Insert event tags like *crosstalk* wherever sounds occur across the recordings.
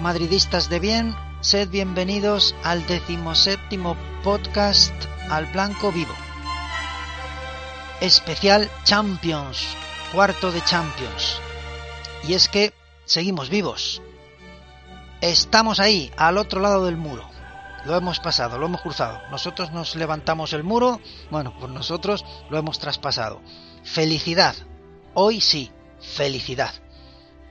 Madridistas de bien, sed bienvenidos al decimoséptimo podcast Al Blanco Vivo. Especial Champions, cuarto de Champions. Y es que seguimos vivos. Estamos ahí, al otro lado del muro. Lo hemos pasado, lo hemos cruzado. Nosotros nos levantamos el muro, bueno, pues nosotros lo hemos traspasado. Felicidad. Hoy sí, felicidad.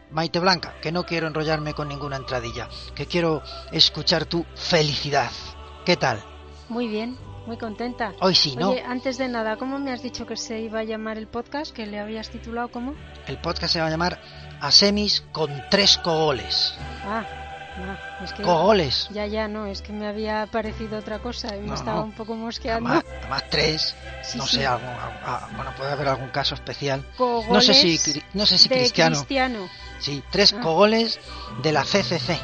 Maite Blanca, que no quiero enrollarme con ninguna entradilla, que quiero escuchar tu felicidad. ¿Qué tal? Muy bien, muy contenta. Hoy sí, ¿no? Oye, antes de nada, ¿cómo me has dicho que se iba a llamar el podcast? ¿Que le habías titulado cómo? El podcast se va a llamar A Semis con tres cogoles. Ah, no, es que... Cogoles. Ya, ya, no, es que me había parecido otra cosa y me No, estaba no. un poco mosqueando. Además, además tres, *laughs* Sí, no sí. sé, algún- a- a- bueno, puede haber algún caso especial. Cogoles No sé si, Cri- no sé si de Cristiano, Cristiano. sí, tres Ah. cogoles de la CCC. de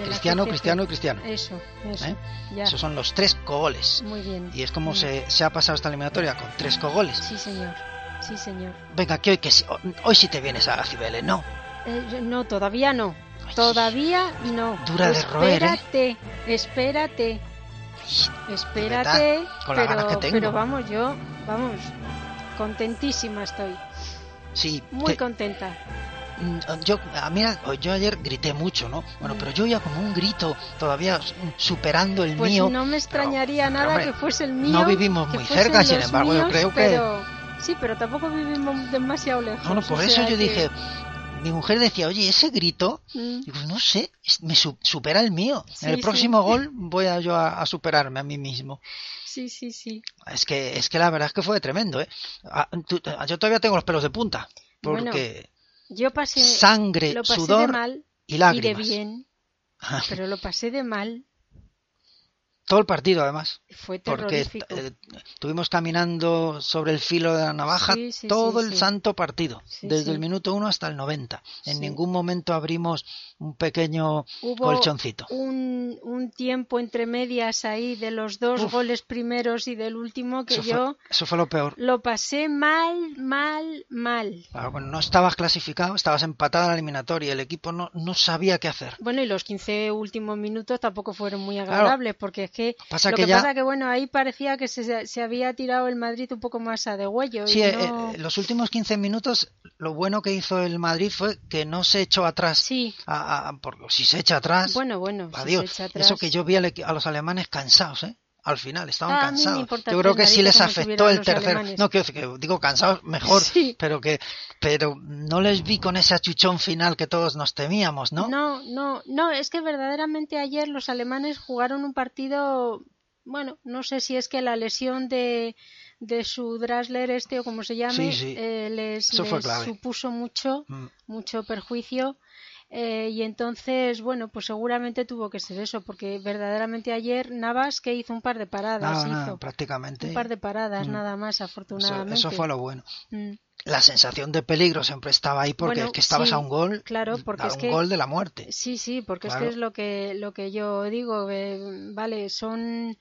la Cristiano, CCC. Cristiano y Cristiano. Eso, eso, ¿Eh? ya. Esos son los tres cogoles. Muy bien. Y es como Mm. se, se ha pasado esta eliminatoria, con tres cogoles. Sí, señor, sí, señor. Venga, que hoy, que sí- hoy sí te vienes a Cibeles, ¿no? Eh, yo- no, todavía no. Ay, Todavía no. Dura de roer, ¿eh? Espérate, espérate, espérate. verdad, con las pero, ganas que tengo. pero vamos, yo, vamos, contentísima estoy. Sí, Muy te- contenta. mm, yo, a mí a- yo ayer grité mucho, ¿no? Bueno, Mm. pero yo oía como un grito todavía mm, superando el Pues mío. no me extrañaría pero, nada hombre, que fuese el mío. no vivimos que muy fuesen cerca, sin los embargo, yo míos, creo que- pero- Sí, pero tampoco vivimos demasiado lejos. No, no, por o eso sea yo que- dije, mi mujer decía, oye, ese grito, Mm, digo, no sé, es- me su- supera el mío. Sí, en el sí. próximo gol voy a yo a, a superarme a mí mismo. Sí, sí, sí. Es que, es que la verdad es que fue tremendo, ¿eh? Ah, tú- yo todavía tengo los pelos de punta, Bueno, porque Yo pasé, sangre, lo pasé de sudor mal y y de lágrimas. Ah, bien, pero lo pasé de mal. Todo el partido, además. Fue porque terrorífico. eh, estuvimos caminando sobre el filo de la navaja Sí, sí, todo sí, el sí. santo partido, Sí, desde sí. el minuto 1 hasta el 90. En Sí. ningún momento abrimos un pequeño Hubo colchoncito. un, un tiempo entre medias ahí de los dos Uf. goles primeros y del último que Eso, yo fue, eso fue lo peor. lo pasé mal, mal, mal. Ah, bueno, no estabas clasificado, estabas empatado en la eliminatoria, el equipo no, no sabía qué hacer. Bueno, y los 15 últimos minutos tampoco fueron muy agradables, porque es que Pasa lo que que, ya- pasa que, bueno, ahí parecía que se, se había tirado el Madrid un poco más a de huello. Sí, y eh, no- eh, los últimos 15 minutos lo bueno que hizo el Madrid fue que no se echó atrás. sí. A- a- a- porque si se echa atrás, bueno, bueno, si adiós. se echa atrás- Ah, Eso que yo vi al equi- a los alemanes cansados, ¿eh? al final, estaban A mí me cansados. importa Yo creo que sí tres les narices cómo afectó el estuvieran los tercer. alemanes. No, quiero decir que digo cansados mejor, Sí. pero que pero no les vi con ese achuchón final que todos nos temíamos, ¿no? No, no, no, es que verdaderamente ayer los alemanes jugaron un partido, bueno, no sé si es que la lesión de, de su Drasler este o como se llame, Sí, sí. eh, les, Eso fue les clave. supuso mucho, Mm. mucho perjuicio. eh, y entonces, bueno, pues seguramente tuvo que ser eso, porque verdaderamente ayer Navas que hizo un par de paradas, Nada, nada, hizo prácticamente. un par de paradas Mm. nada más, Eso, afortunadamente. eso fue lo bueno. Mm. La sensación de peligro siempre estaba ahí porque Bueno, es que estabas sí, a un gol, claro, porque a es Mm, un que- gol de la muerte. Sí, sí, porque es Claro. que es lo que, lo que yo digo. eh, vale, son.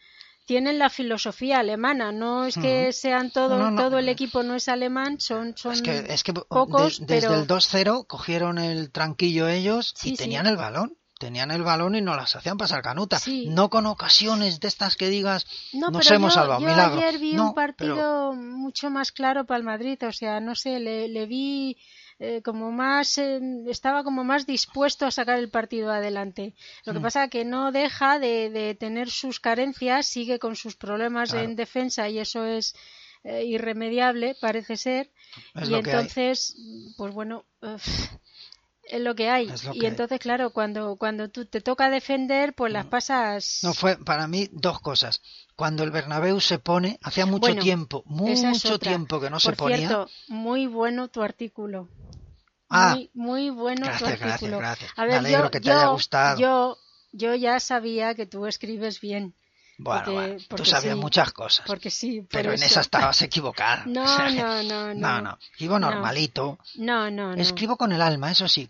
Tienen la filosofía alemana, no es que Ujú. sean todo, Mm. No, no, no. todo el equipo no es alemán, son, son Es que, es que oh, de- pocos, desde pero el 2-0 cogieron el tranquillo ellos Sí, y sí. tenían el balón. Tenían el balón y nos las hacían pasar canuta. Sí. No con ocasiones de estas que digas, no, nos pero hemos yo, salvado, yo milagro. ayer vi No, un partido pero- mucho más claro para el Madrid, o sea, no sé, le, le vi eh, como más, eh, estaba como más dispuesto a sacar el partido adelante. Lo que Mm. pasa que no deja de, de tener sus carencias, sigue con sus problemas Claro. en defensa y eso es eh, irremediable, parece ser. Es y lo que hay. entonces, pues bueno, eh, es lo que hay. Es lo y que hay. entonces, claro, cuando, cuando tú te toca defender, pues las pasas. No fue para mí dos cosas. Cuando el Bernabéu se pone, hacía mucho Bueno, tiempo, Esa es mucho otra. tiempo que no se Por ponía. cierto, muy bueno tu artículo. Ah. muy, muy bueno tu Gracias, artículo. gracias, gracias. A Me ver, alegro yo, que te yo- haya gustado. Yo, yo ya sabía que tú escribes bien. bueno, porque- bueno, porque tú sabías sí, muchas cosas, Porque sí, por pero en eso. esa estabas equivocada. *laughs* No, O sea, *laughs* no, no, no. no, no. Escribo No. normalito. No, no, no. Escribo con el alma, eso sí.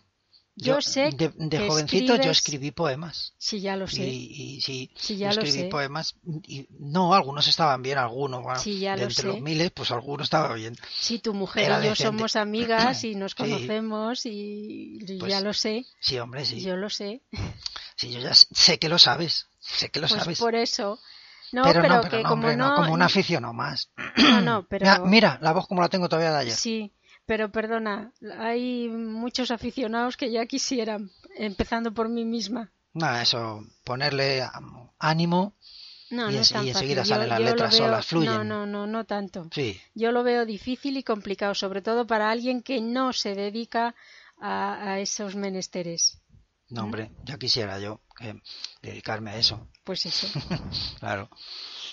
Yo sé de, de que jovencito yo escribes- escribí poemas. Sí, ya lo sé. Y, y sí, Sí, yo ya lo escribí sé. poemas y no, algunos estaban bien, algunos, bueno, Sí, ya de lo entre sé. los miles, pues algunos estaban bien. Sí, tu mujer Era y yo decente. somos amigas y nos Sí. conocemos y, y Pues, ya lo sé, Sí, hombre, sí. yo lo sé. Sí, yo ya sé que lo sabes. Sé que lo pues sabes. por eso. No, pero, pero, no, pero que no, como hombre, no, no, como un aficionado más. no, no, *clears throat* pero Mira, mira, la voz como la tengo todavía de ayer. sí, pero perdona, hay muchos aficionados que ya quisieran, empezando por mí misma. Nada, eso, ponerle um, ánimo. No, Y no en- es tan y fácil. enseguida Yo- salen las yo lo letras veo- solas, fluyen. No, no, no, no tanto. Sí, Yo lo veo difícil y complicado, sobre todo para alguien que no se dedica a, a esos menesteres. no, hombre, ya quisiera yo eh, dedicarme a eso. Pues *laughs* eso. Claro.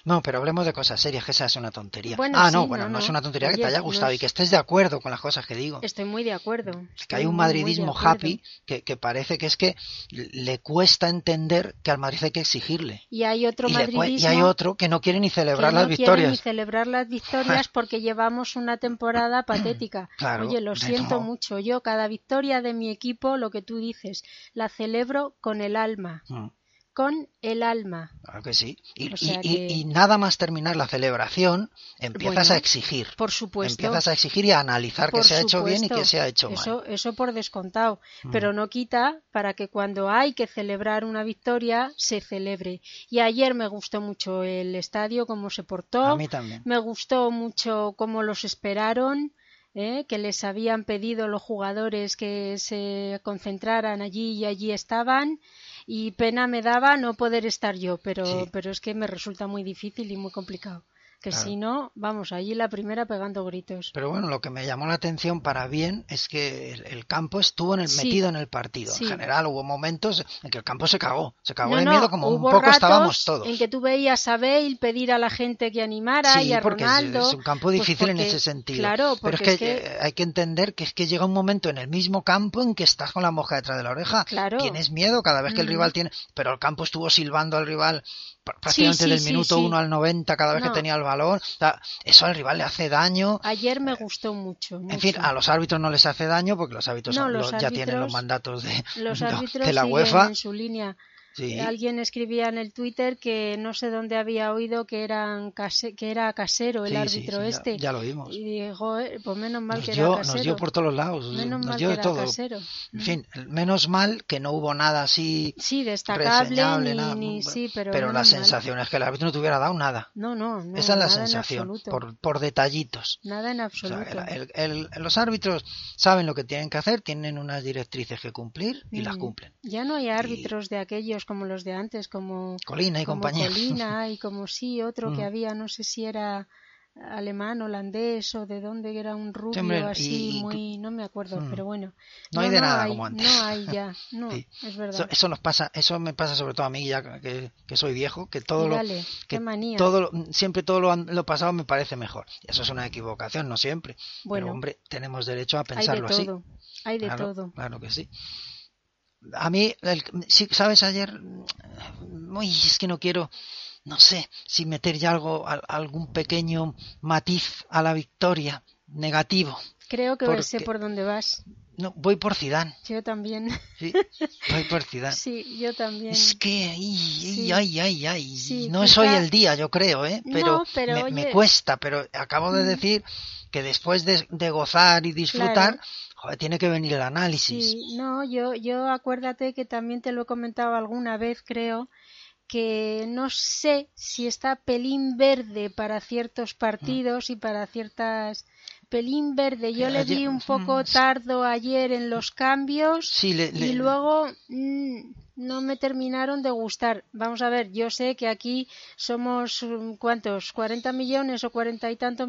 No, pero hablemos de cosas serias, que esa es una tontería. Bueno, ah, no, sí, bueno, no, no, es no. una tontería que Oye, te haya no gustado y es- que estés de acuerdo con las cosas que digo. Estoy muy de acuerdo. Es que Estoy hay un muy, muy de madridismo acuerdo. happy que, que parece que es que le cuesta entender que al Madrid hay que exigirle. Y hay otro Y, le cue- y madridismo hay otro que no quiere ni que celebrar las no quiere ni victorias. celebrar las *laughs* victorias porque llevamos una temporada patética. *clears throat* Claro, Oye, lo de siento no. mucho. Yo cada victoria de mi equipo, lo que tú dices, la celebro con el alma. Mm, Con el alma. Claro que sí. Y, O sea y- y- que- y nada más terminar la celebración, empiezas Bueno, a exigir. Por supuesto. Empiezas a exigir y a analizar Por que se ha hecho bien y supuesto. que se ha hecho mal. Eso, eso por descontado, Mm. pero no quita para que cuando hay que celebrar una victoria se celebre. Y ayer me gustó mucho el estadio, cómo se portó, A mí también. me gustó mucho cómo los esperaron, ¿eh? que les habían pedido los jugadores que se concentraran allí y allí estaban. Y pena me daba no poder estar yo, pero, Sí. pero es que me resulta muy difícil y muy complicado. Que Claro. si no, vamos, allí la primera pegando gritos. Pero bueno, lo que me llamó la atención para bien es que el, el campo estuvo en el, Sí, metido en el partido. sí. En general hubo momentos en que el campo se cagó. Se cagó No, de no, miedo como un hubo poco ratos estábamos todos. En que tú veías a Bale pedir a la gente que animara sí, y a porque es- Ronaldo. es un campo pues difícil en porque- ese sentido. Claro, Pero porque es que, es que- eh, hay que entender que es que llega un momento en el mismo campo en que estás con la mosca detrás de la oreja. Claro. Tienes miedo cada vez que el Mm. rival tiene. Pero el campo estuvo silbando al rival pr- prácticamente sí, del sí, minuto sí. 1 al 90 cada vez No. que tenía el balón. O sea, eso al rival le hace daño. ayer me gustó mucho. mucho. En fin, a los árbitros no les hace daño porque los árbitros, No, son- los lo- ya tienen los árbitros- mandatos de, *laughs* los de- árbitros de la siguen UEFA. en su línea. Sí. Alguien escribía en el Twitter que no sé dónde había oído que eran case- que era casero el Sí, sí, árbitro sí, ya- este. Ya, lo vimos. Y digo, "Eh, pues menos mal Nos que dio, era casero. nos dio por todos lados. menos nos mal dio que de era todo. casero. En fin, menos mal que no hubo nada así Sí, destacable reseñable, ni, nada. ni- sí, pero, la menos mal. sensación es que el árbitro no te hubiera dado nada. No, no, no, Esa es la nada en sensación, absoluto. por, por detallitos. Nada en O sea, absoluto. el- el- el- los árbitros saben lo que tienen que hacer, tienen unas directrices que cumplir y las Mm. cumplen. Ya no hay árbitros de aquellos otros como los de antes, como Colina y como compañía. *laughs* Colina y como sí, otro Mm. que había, no sé si era alemán, holandés o de dónde era un rubio hombre, así, y- muy, no me acuerdo, Mm. pero bueno. No hay de nada como antes. No hay *laughs* ya, no, Sí. es verdad. Eso, eso nos pasa, eso me pasa sobre todo a mí ya que, que soy viejo, que Y todo lo dale, que qué manía. todo lo- siempre todo lo, an- lo pasado me parece mejor. Eso es una equivocación, no siempre. Bueno. Pero hombre, tenemos derecho a hay de pensarlo así. todo, hay de claro, todo. Claro que sí. A mí, el- sí, sabes, ayer, muy, es que no quiero, no sé, si meter ya algo, al- algún pequeño matiz a la victoria negativo. Creo que porque- sé por dónde vas. No, voy por Zidane, Yo también. *laughs* sí, voy por Zidane. sí, yo también. Es que, ay, Sí. ay, ay, ay, Sí, no es hoy quizá- el día, yo creo, ¿eh? Pero, No, pero me, me oye- Mm. cuesta, pero acabo de decir que después de, de gozar y disfrutar, Claro. joder, tiene que venir el análisis. Sí, no, yo, yo acuérdate que también te lo he comentado alguna vez, creo, que no sé si está pelín verde para ciertos partidos y para ciertas pelín verde. Yo le Ayer- di un mm, poco sí. tardo ayer en los cambios Sí, le- le- y luego mm, no me terminaron de gustar. Vamos a ver, yo sé que aquí somos mm, cuántos, 40 millones o cuarenta y tantos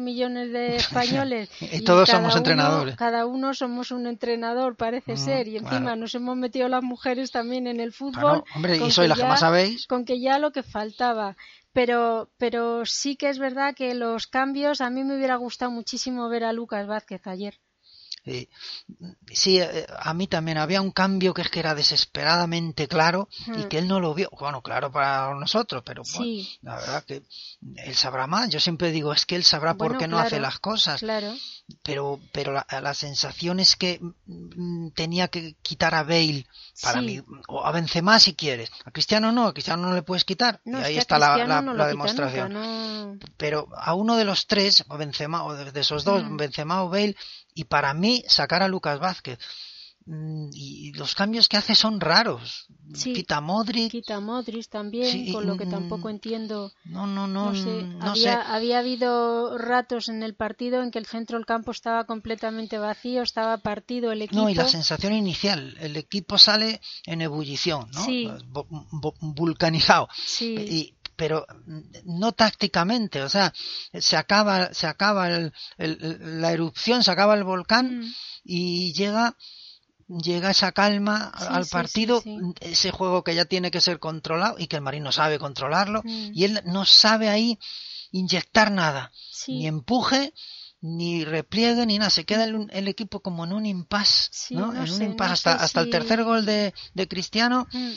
*laughs* millones de españoles Y Eh, todos cada somos uno- entrenadores. cada uno somos un entrenador, parece Ujú, ser, y encima claro. nos hemos metido las mujeres también en el fútbol. Claro, hombre, y con soy la que ya- más sabéis. Con que ya lo que faltaba. Pero, pero sí que es verdad que los cambios, a mí me hubiera gustado muchísimo ver a Lucas Vázquez ayer. Eh, sí, eh, a mí también había un cambio que es que era desesperadamente claro y Ujú. que él no lo vio. Bueno, claro para nosotros, pero bueno, Mm. Sí. la verdad que él sabrá más. Yo siempre digo, es que él sabrá por Bueno, qué no hace claro, las cosas, Claro. pero, pero la, la sensación es que mm, tenía que quitar a Bale para Sí. mí, o a Benzema si quieres. A Cristiano no, a Cristiano no le puedes quitar. No, y es ahí que a está la, Cristiano la- no lo la quita demostración. nunca, no. pero a uno de los tres, o Benzema, o de, de esos dos, Mm. Benzema o Bale, y para mí sacar a Lucas Vázquez. Mm, Y y los cambios que hace son raros. Sí. Quita a Modric. Quita a Modric también, Sí, con lo que mm, tampoco entiendo. No, no, no, mm, No sé, no había, sé. había habido ratos en el partido en que el centro del campo estaba completamente vacío, estaba partido el equipo. No, y la sensación inicial. El equipo sale en ebullición, ¿no? Sí. Vu- vu- Vulcanizado. Sí. Y- pero mm, no tácticamente, o sea, se acaba, se acaba el- el- la erupción, se acaba el volcán Mm. y llega llega esa calma a- Sí, al sí, sí, partido, sí. ese juego que ya tiene que ser controlado y que el marino sabe controlarlo Mm. y él no sabe ahí inyectar nada, Sí. ni empuje, ni repliegue, ni nada, se queda el, el equipo como en un impasse, Sí, ¿no? no en un sé, impasse no hasta, sé hasta el si- tercer gol de, de Cristiano, Mm.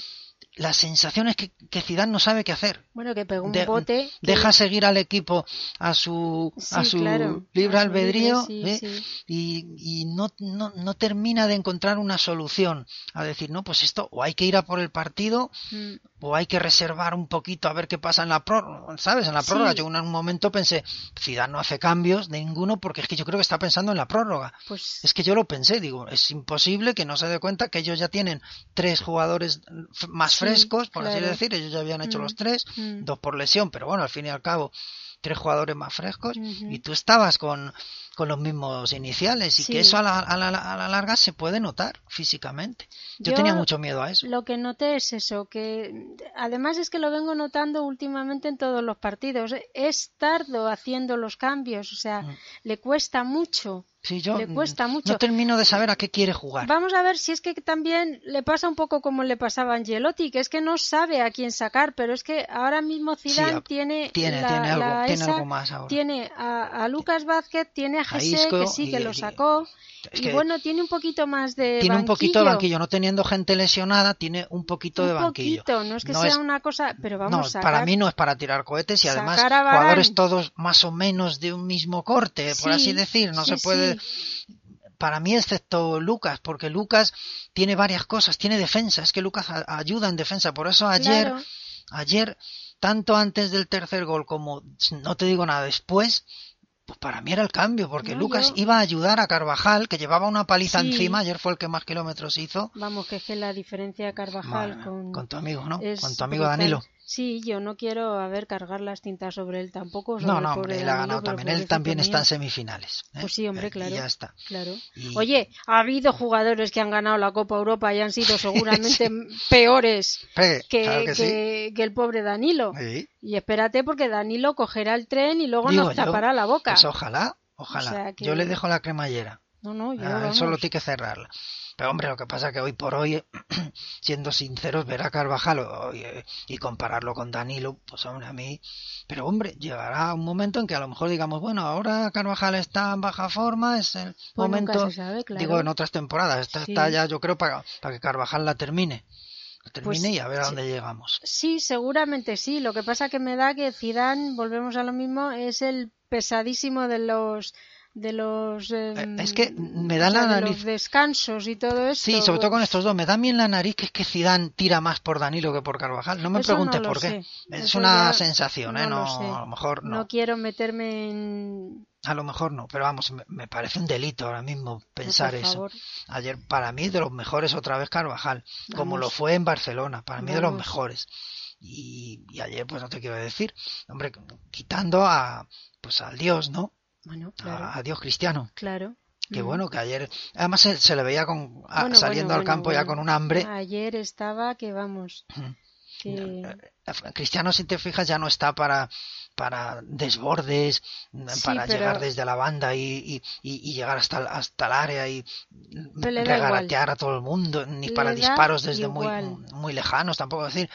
la sensación es que, que Zidane no sabe qué hacer. Bueno, que pegó un De- bote. que- deja seguir al equipo a su a Sí, su claro, libre a su libre, albedrío sí, ¿eh? sí. y, y no, no, no termina de encontrar una solución a decir no pues esto o hay que ir a por el partido Mm. o hay que reservar un poquito a ver qué pasa en la prórroga sabes en la Sí. prórroga yo en un momento pensé Zidane no hace cambios de ninguno porque es que yo creo que está pensando en la prórroga Pues es que yo lo pensé, digo, es imposible que no se dé cuenta que ellos ya tienen tres jugadores f- más Sí, frescos, por así claro. decir, ellos ya habían hecho Mm, los tres, mm. dos por lesión, pero bueno, al fin y al cabo, tres jugadores más frescos, Ujú. y tú estabas con, con los mismos iniciales, y Sí. que eso a la, a la- a la larga se puede notar físicamente. Yo, Yo- tenía mucho miedo a eso. Lo que noté es eso, que mm, además es que lo vengo notando últimamente en todos los partidos. Es tardo haciendo los cambios, o sea, Mm. le cuesta mucho. Sí, yo le mm, cuesta mucho. no termino de saber a qué quiere jugar. Vamos a ver si es que también le pasa un poco como le pasaba a Angelotti, que es que no sabe a quién sacar, pero es que ahora mismo Zidane a- tiene tiene- la- tiene algo- la tiene esa, algo más ahora. tiene a, a Lucas Vázquez, tiene a Jesse Isco que sí que y- lo y- sacó es y que bueno tiene un poquito más de tiene banquillo, un poquito de banquillo, no teniendo gente lesionada, tiene un poquito un de banquillo. poquito, no es que sea una cosa, pero vamos no, a sacar, para mí no es para tirar cohetes y además sacar a Varane. jugadores todos más o menos de un mismo corte, por así Sí, decir, no se sí, puede para mí excepto Lucas, porque Lucas tiene varias cosas, tiene defensa, es que Lucas a- ayuda en defensa, por eso ayer Claro. ayer tanto antes del tercer gol como no te digo nada después pues para mí era el cambio, porque No, Lucas yo- iba a ayudar a Carvajal, que llevaba una paliza Sí. encima, ayer fue el que más kilómetros hizo, Vamos, que es que la diferencia de Carvajal Madre mía, con tu amigo, ¿no? es Con tu amigo brutal. Danilo. Sí, yo no quiero a ver cargar las tintas sobre él tampoco. sobre No, el no, Pues pobre hombre, él ha Danilo, ganado pero también. por Él eso también está tenía- en semifinales. ¿eh? Pues sí, Eh, hombre, y claro. ya está. Claro. Y- Oye, ha habido jugadores que han ganado la Copa Europa y han sido *laughs* seguramente m- peores Pe- que, claro que sí. que- que el pobre Danilo. Sí. Y espérate porque Danilo cogerá el tren y luego Digo nos yo, tapará la boca. Pues ojalá, ojalá. O sea que- Yo le dejo la cremallera. No, no, yo, Ah, él vamos. Pues solo tiene que cerrarla. Pero hombre, lo que pasa que hoy por hoy, *clears throat* siendo sinceros, ver a Carvajal hoy, eh, y compararlo con Danilo, pues hombre, a mí... Pero hombre, llegará un momento en que a lo mejor digamos, bueno, ahora Carvajal está en baja forma, es el Pues nunca momento... se sabe, claro. Digo, en otras temporadas. Esta Sí. está ya, yo creo, para, para que Carvajal la termine. La termine Pues, y a ver a sí. dónde llegamos. Sí, seguramente sí. Lo que pasa que me da que Zidane, volvemos a lo mismo, es el pesadísimo de los de los Eh, em, es que me o da sea, la de los nariz. descansos y todo eso. Sí, sobre todo con estos dos. Me da bien la nariz que es que Zidane tira más por Danilo que por Carvajal. No me Eso no preguntes lo por qué. sé. Es Eso una ya sensación, ¿eh? no lo No, sé. a lo mejor no. no. quiero meterme en A lo mejor no. Pero vamos, me, me parece un delito ahora mismo pensar por eso. favor. Ayer, para mí, de los mejores otra vez Carvajal. Como Vamos. lo fue en Barcelona. Para mí, de los Vamos. mejores. Y, y ayer, pues no te quiero decir. Hombre, quitando a, pues al Dios, ¿no? Bueno, claro. A, a Dios cristiano. claro. Que Mm. Ah, bueno, que ayer. Además, se, se le veía con, a- Bueno, saliendo al bueno, bueno, campo ya bueno. con un hambre. Ayer estaba que vamos. Ujú. eh, que- Cristiano, si te fijas, ya no está para, para desbordes, mm, Sí, para pero- llegar desde la banda y, y- y- y llegar hasta, el- hasta el área y Pero le da regalatear a todo el mundo, ni Le para da disparos desde muy, mm, igual. muy lejanos, tampoco es decir.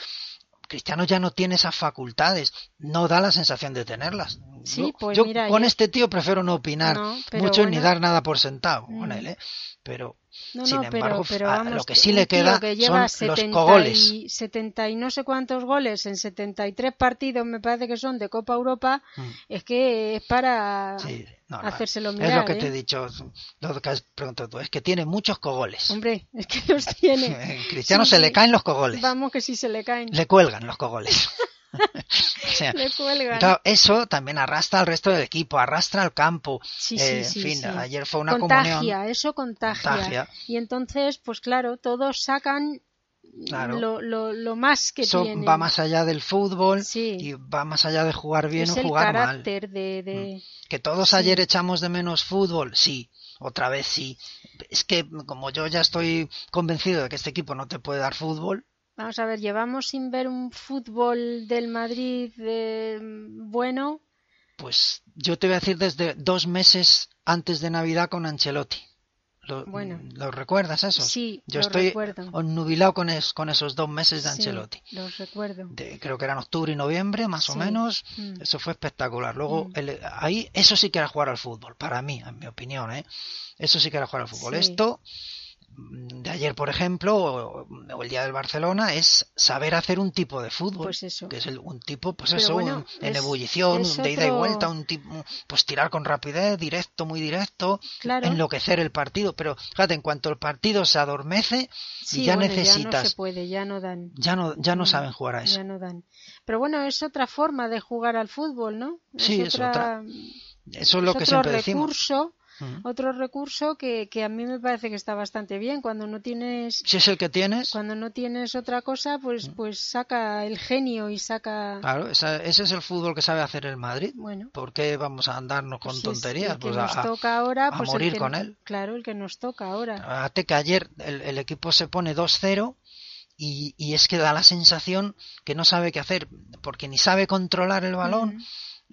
Cristiano ya no tiene esas facultades, no da la sensación de tenerlas. Sí, yo pues yo mira, con yo- este tío prefiero no opinar No, pero mucho ni bueno. dar nada por sentado con Mm. él, ¿eh? pero No, Sin no, pero- embargo, pero a- vamos, lo que sí le un tío queda que lleva son los 70 cogoles. Y 70 y no sé cuántos goles en 73 partidos, me parece que son de Copa Europa, Mm. es que es para Sí, no, no, hacérselo Es lo mirar, que ¿eh? te he dicho, lo que has preguntado tú, es que tiene muchos cogoles. Hombre, es que *laughs* los tiene. En Cristiano Sí, se sí. le caen los cogoles, Vamos que si se le caen, le cuelgan los cogoles. *laughs* O sea, *laughs* le cuelgan. claro, eso también arrastra al resto del equipo, arrastra al campo. Sí, sí, Eh, en sí, fin, sí. ayer fue una contagia, comunión. eso contagia. Contagia. Y entonces, pues claro, todos sacan Claro. lo, lo, lo más que Eso tienen. va más allá del fútbol Sí. y va más allá de jugar bien es o el jugar mal. Mm. carácter de... de- Que todos ayer echamos de menos fútbol, sí, otra vez sí. Es que como yo ya estoy convencido de que este equipo no te puede dar fútbol, Vamos a ver, llevamos sin ver un fútbol del Madrid eh, bueno. Pues yo te voy a decir desde dos meses antes de Navidad con Ancelotti. ¿Lo, Bueno. ¿lo recuerdas eso? Sí, yo lo estoy recuerdo. obnubilado con, es- con esos dos meses de Sí, Ancelotti. los recuerdo. De- creo que eran octubre y noviembre, más o Sí. menos. Mm. Eso fue espectacular. Luego, Mm. el- ahí, eso sí que era jugar al fútbol, para mí, en mi opinión. ¿eh? Eso sí que era jugar al fútbol. Sí. Esto, mm, de ayer, por ejemplo, o, o el día del Barcelona, es saber hacer un tipo de fútbol. Pues eso. Que es el- un tipo, pues Pero eso, bueno, un- en es- ebullición, es de ida y otro- vuelta, un tipo, pues tirar con rapidez, directo, muy directo, Claro. enloquecer el partido. Pero fíjate, en cuanto el partido se adormece Sí, y ya bueno, Ya no necesitas, se puede, ya no dan. ya no, ya no Mm, saben jugar a eso. Ya no dan. Pero bueno, es otra forma de jugar al fútbol, ¿no? Sí, es otra- Eso es lo es que otro siempre decimos. recurso, Mm. otro recurso que, que a mí me parece que está bastante bien. Cuando no tienes, Si es el que tienes, cuando no tienes otra cosa, pues, pues saca el genio y saca. Mm. Claro, esa- ese es el fútbol que sabe hacer el Madrid. Bueno. ¿Por qué vamos a andarnos con Pues es tonterías? el que Pues nos a, a- toca ahora, pues el morir que- con él. Claro, el que nos toca ahora. fíjate que ayer el, el equipo se pone 2-0 y, y es que da la sensación que no sabe qué hacer, porque ni sabe controlar el balón, Mm.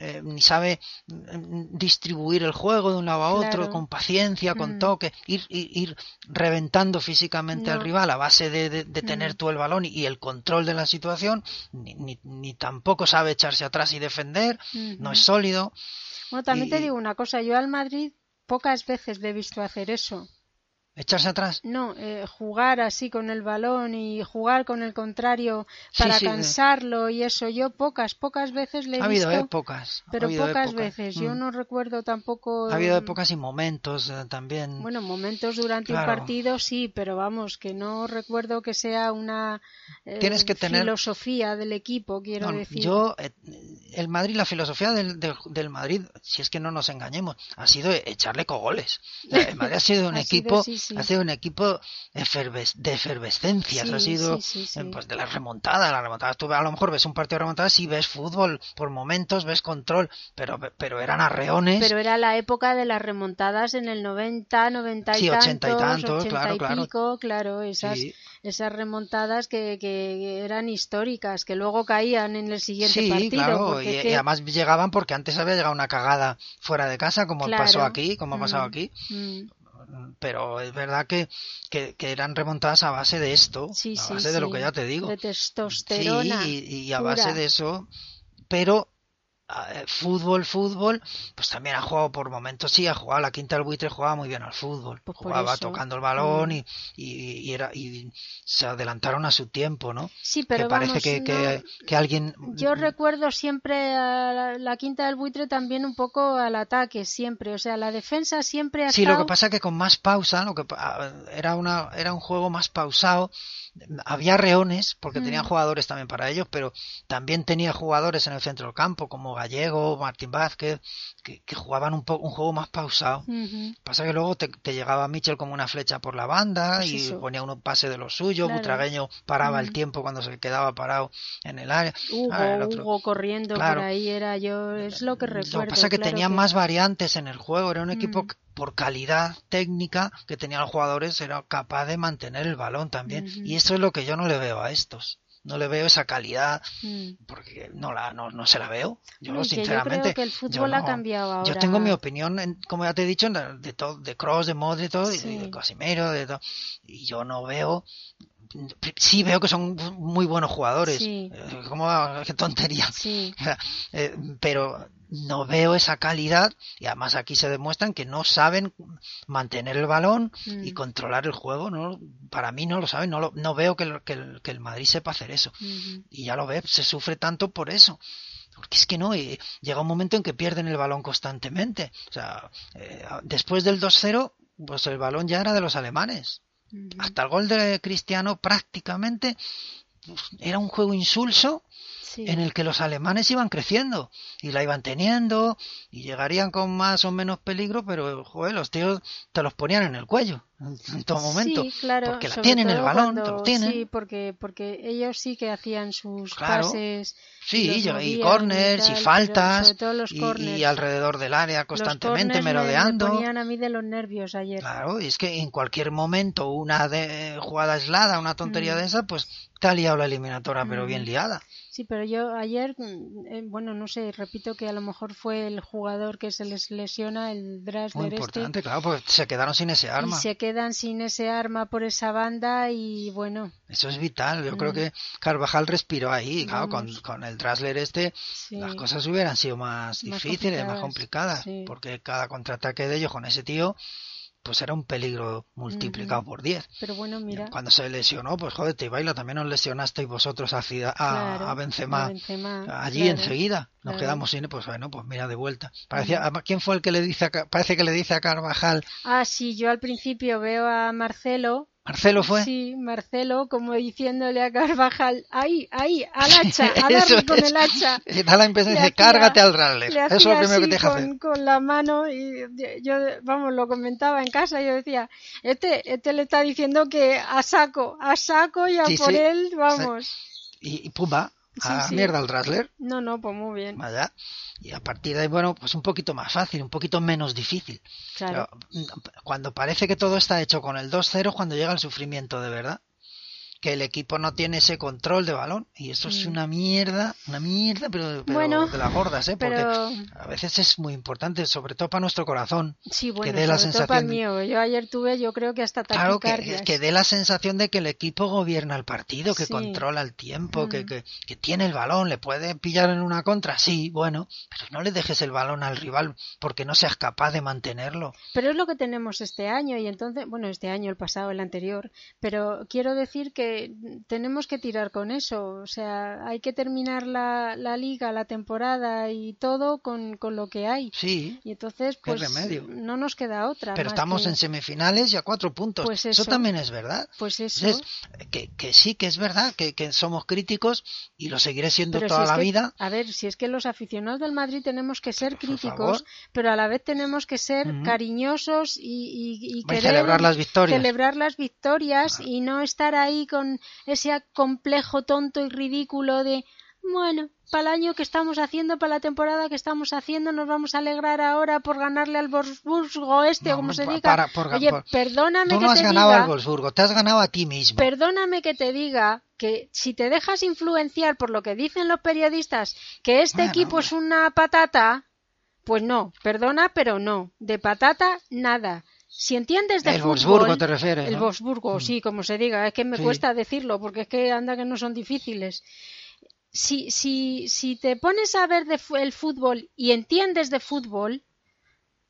eh, ni sabe mm, distribuir el juego de un lado a otro, Claro. con paciencia, con Mm. toque, ir, ir, ir reventando físicamente al No. rival a base de, de- de tener Mm. tú el balón y, y el control de la situación, ni, ni- ni tampoco sabe echarse atrás y defender, no Ujú. es sólido. Bueno, también y- te digo una cosa, yo al Madrid pocas veces le he visto hacer eso. ¿Echarse atrás? No, eh, jugar así con el balón y jugar con el contrario Sí, para sí, de- cansarlo y eso. Yo pocas, pocas veces le he Ha habido visto, épocas. ha pero habido pocas épocas. veces. Yo Mm. no recuerdo tampoco. Ha habido mm, épocas y momentos eh, también. Bueno, momentos durante Claro. un partido sí, pero vamos, que no recuerdo que sea una eh, Tienes que tener- filosofía del equipo, quiero No, decir. Yo, eh, el Madrid, la filosofía del, del- del Madrid, si es que no nos engañemos, ha sido echarle cogoles. O sea, El Madrid ha sido un *laughs* Ha sido, equipo sí, sí. Ha sido un equipo eferves- de efervescencias. Sí, ha sido sí, sí, sí. eh, pues, de las remontadas. Las remontadas. Tú a lo mejor ves un partido de remontadas, sí ves fútbol por momentos, ves control, pero, pero eran arreones. Pero era la época de las remontadas en el 90, 90 y Sí, 80 y tantos, tantos, 80 claro, y claro. pico, claro, esas, Sí. esas remontadas que, que eran históricas, que luego caían en el siguiente sí, partido. claro, porque y, e, es y que- además llegaban porque antes había llegado una cagada fuera de casa, como Claro. pasó aquí, como ha pasado Mm. aquí. Mm, Pero es verdad que, que, que eran remontadas a base de esto, sí, a sí, base de lo sí, que ya te digo. De Sí, testosterona. y, y a pura. base de eso, pero eh, fútbol, fútbol, pues también ha jugado por momentos, sí, ha jugado, la quinta del buitre jugaba muy bien al fútbol, Pues por jugaba eso. tocando el balón Mm. y, y, y era, y se adelantaron a su tiempo, ¿no? Sí, pero que parece vamos, que, no- que, mm, que alguien... Yo recuerdo siempre a la, la quinta del buitre también un poco al ataque, siempre. O sea, la defensa siempre ha Sí, lo que estado- pasa que con más pausa, lo que pa- ah, era una era un juego más pausado. Había reones porque Mm. tenían jugadores también para ellos, pero también tenía jugadores en el centro del campo como Gallego, Martín Vázquez, que, que jugaban un poco un juego más pausado. Ujú. Pasa que luego te, te llegaba Mitchell como una flecha por la banda Pues y eso. ponía uno pase de lo suyo, Claro. Butragueño paraba el Mm. tiempo cuando se quedaba parado en el área. Hugo, Ah, el otro- Hugo corriendo Claro. por ahí era yo, es lo que recuerdo. Lo que pasa es que claro tenía más variantes en el juego, era un equipo Mm. que, por calidad técnica que tenía los jugadores, era capaz de mantener el balón también. Ujú. Y eso es lo que yo no le veo a estos. No le veo esa calidad Mm. porque no la no, no se la veo. Yo Bueno, y que sinceramente creo que el yo fútbol ha no. cambiado ahora. Yo tengo mi opinión, en- como ya te he dicho, en la- de todo, de Cross, de Modri, de todo, y- Sí. y de Casimiro, de todo. Y yo no veo. Sí veo que son muy buenos jugadores. Sí. Eh, ¿Cómo? *laughs* Qué tontería. Sí, *laughs* Eh, pero no veo esa calidad y además aquí se demuestran que no saben mantener el balón Mm. y controlar el juego no para mí no lo saben no, lo- no veo que el, que, el, que el Madrid sepa hacer eso ujú. y ya lo ves se sufre tanto por eso porque es que no eh, llega un momento en que pierden el balón constantemente o sea eh, después del 2-0 pues el balón ya era de los alemanes Ujú. hasta el gol de Cristiano prácticamente pues, era un juego insulso Sí. en el que los alemanes iban creciendo y la iban teniendo y llegarían con más o menos peligro, pero joder, los tíos te los ponían en el cuello en en todo momento. Sí, claro, porque la sobre tienen el todo balón, te lo cuando- tienen. Sí, porque, porque ellos sí que hacían sus Claro. pases. Sí, los llega- y movían corners tal, y pero faltas sobre todo los y- y, corners. alrededor del área Los constantemente corners me- merodeando. Me, ponían a mí de los nervios ayer. Claro, y es que en cualquier momento una de, jugada aislada, una tontería Mm. de esa, pues te ha liado la eliminatoria, pero bien Ujú. liada. Sí, pero yo ayer, mm, eh, bueno, no sé, repito que a lo mejor fue el jugador que se les lesiona, el Muy Drasler este, importante, claro, porque se quedaron sin ese y arma. se quedan sin ese arma por esa banda y bueno, Eso es vital. Yo creo Mm. que Carvajal respiró ahí. Claro, con, Vamos. con el Trasler este, sí. las cosas hubieran sido más Más difíciles, más complicadas. complicadas, sí. Porque cada contraataque de ellos con ese tío, pues era un peligro multiplicado Ujú. por 10. Pero bueno, mira, Cuando se lesionó, pues joder, te baila. También nos lesionasteis vosotros a, Zida- a- claro, a Benzema. a Benzema, Allí claro. enseguida nos claro. quedamos sin, pues bueno, pues mira de vuelta. Parecía, Ujú. además, ¿Quién fue el que le dice a, Ca- parece que le dice a Carvajal? Ah, sí, yo al principio veo a Marcelo, ¿Marcelo fue? sí, Marcelo, como diciéndole a Carvajal, ahí, ahí, *laughs* al hacha, a Eso darle con es. *laughs* el hacha. Da la impresión Le de hacía- cárgate al Trasler. le Eso hacía es lo primero que así te deja con, hacer. con la mano y de- yo, vamos, lo comentaba en casa, yo decía, este, este le está diciendo que a saco, a saco y a Sí, por sí. él, vamos. y, y pumba, Sí, a sí. mierda al Trasler, No, no, pues muy bien, vaya. Y a partir de ahí, bueno, pues un poquito más fácil, un poquito menos difícil. claro. Pero, mm, cuando parece que todo está hecho con el 2-0, es cuando llega el sufrimiento de verdad. Que el equipo no tiene ese control de balón. Y eso es Mm. una mierda, una mierda, pero, pero Bueno, de las gordas, ¿eh? Porque Pero a veces es muy importante, sobre todo para nuestro corazón. sí, bueno, dé la sobre todo para sensación de- mío. Yo ayer tuve, yo creo que hasta Claro, que, taquicardias. que dé la sensación de que el equipo gobierna el partido, que Sí. controla el tiempo, que, Mm. que- que tiene el balón, le puede pillar en una contra, sí, bueno, pero no le dejes el balón al rival porque no seas capaz de mantenerlo. Pero es lo que tenemos este año y entonces, bueno, este año, el pasado, el anterior, pero quiero decir que que tenemos que tirar con eso. O sea, hay que terminar la, la liga, la temporada y todo con, con lo que hay. Sí. Y entonces, qué pues remedio. no nos queda otra. Pero más estamos que- en semifinales y a cuatro puntos. Pues eso. eso. también es verdad. Pues eso. Entonces, que, que sí, que es verdad, que, que somos críticos y lo seguiré siendo Pero si toda es la que- vida. A ver, si es que los aficionados del Madrid tenemos que ser favor. críticos, pero a la vez tenemos que ser Ujú. cariñosos y, y, y Y querer celebrar las victorias. celebrar las victorias y no estar ahí con ese complejo tonto y ridículo de, bueno, para el año que estamos haciendo, para la temporada que estamos haciendo, nos vamos a alegrar ahora por ganarle al Wolfsburgo este, No, o como se pa- diga. para- por ga- Oye, por- perdóname Tú que no has te ganado diga, al Wolfsburgo, te has ganado a ti mismo. Perdóname que te diga que si te dejas influenciar por lo que dicen los periodistas, que este Bueno, equipo hombre. es una patata, pues no, perdona, pero no. De patata, nada. Si entiendes de El fútbol, Wolfsburgo te refieres, El ¿no? Wolfsburgo, sí, como se diga. Es que me Mm. Sí. cuesta decirlo porque es que anda que no son difíciles. Si, si, si te pones a ver de fu- el fútbol y entiendes de fútbol,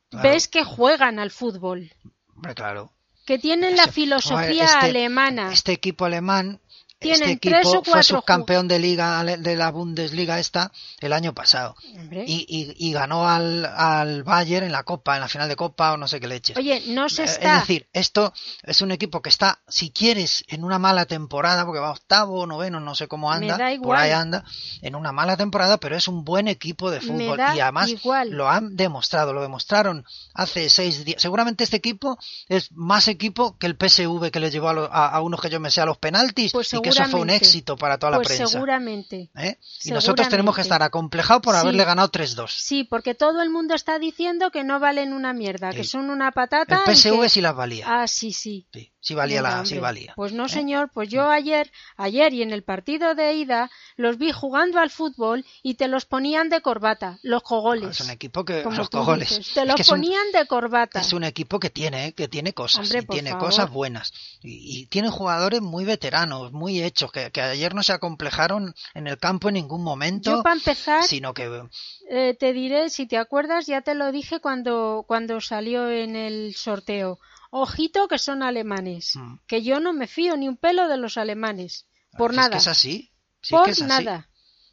Claro. ves que juegan al fútbol, Hombre, claro. que tienen la Eso. Joder, filosofía este- alemana. Este equipo alemán, Tienen este equipo tres o fue cuatro subcampeón de liga ale- de la Bundesliga esta el año pasado Hombre. y, y- y ganó al, al Bayern en la Copa, en la final de Copa o no sé qué leches. Oye, no se Eh, está. Es decir, esto es un equipo que está, si quieres, en una mala temporada, porque va octavo, noveno, no sé cómo Me anda, da por igual. ahí anda, en una mala temporada, pero es un buen equipo de Me fútbol da y además igual. lo han demostrado, lo demostraron hace seis días. Seguramente este equipo es más equipo que el PSV que le llevó a, lo- a- a unos que yo me sé a los penaltis Pues y que eso fue un seguramente. éxito para toda la pues prensa. seguramente. ¿eh? Y nosotros tenemos que Seguramente. estar acomplejados por Sí. haberle ganado 3-2. Sí, porque todo el mundo está diciendo que no valen una mierda, que Sí. son una patata. El y PSV que- sí las valía. Ah, sí, sí. Sí, sí valía Venga, la, sí hombre. valía. Pues ¿eh? no, señor, pues yo ayer, ayer y en el partido de ida los vi jugando al fútbol y te los ponían de corbata, los cogoles. Es un equipo que como los tú cojones. dices, te Es los que es un- ponían de corbata. Es un equipo que tiene, eh, que tiene cosas, y Hombre, por tiene favor. cosas buenas. Y, y tiene jugadores muy veteranos, muy hechos, que, que ayer no se acomplejaron en el campo en ningún Yo momento, para empezar sino que Eh, te diré, si te acuerdas, ya te lo dije cuando, cuando salió en el sorteo. Ojito que son alemanes, Mm. Ah, que yo no me fío ni un pelo de los alemanes, por es nada, que es así. Si es por que es así. nada.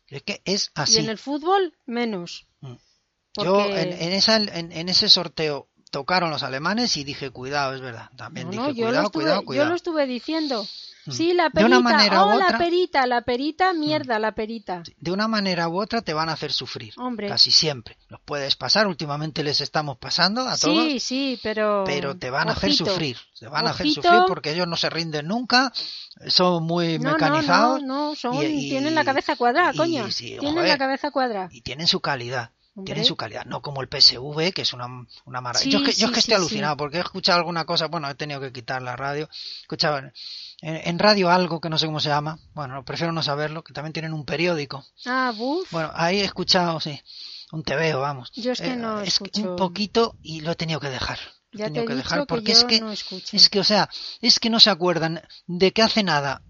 Es que es Y así. en el fútbol menos. Mm. Porque- Yo en, en esa, en, en ese sorteo tocaron los alemanes y dije, cuidado, es verdad. También No, dije, no, yo, cuidado, lo estuve, cuidado, yo cuidado. lo estuve diciendo. Mm. Sí, la De perita, una manera oh, u otra- Mm. la perita, la perita, mierda, la perita. de una manera u otra te van a hacer sufrir. Hombre. Casi siempre. Los puedes pasar, últimamente les estamos pasando a todos. Sí, sí, pero... pero te van a hacer ojito. sufrir, te van a hacer Ojito. sufrir porque ellos no se rinden nunca, son muy No, no, no, mecanizados no, son, y- y- tienen la cabeza cuadrada, y- coño. sí, tienen joder. la cabeza cuadrada. y tienen su calidad, Hombre. tienen su calidad, no como el PSV, que es una, una maravilla. Sí, yo es que, yo es sí, que sí, estoy sí. alucinado porque he escuchado alguna cosa, bueno, he tenido que quitar la radio, escuchaba en, en radio algo que no sé cómo se llama, bueno, prefiero no saberlo, que también tienen un periódico. Ah, buf. Bueno, ahí he escuchado, sí, un tebeo, vamos. Eh, Yo es que no es que escucho. un poquito y lo he tenido que dejar. Lo Ya he tenido te he que dicho dejar que porque yo es que no escucho. es que o sea, es que no se acuerdan de que hace nada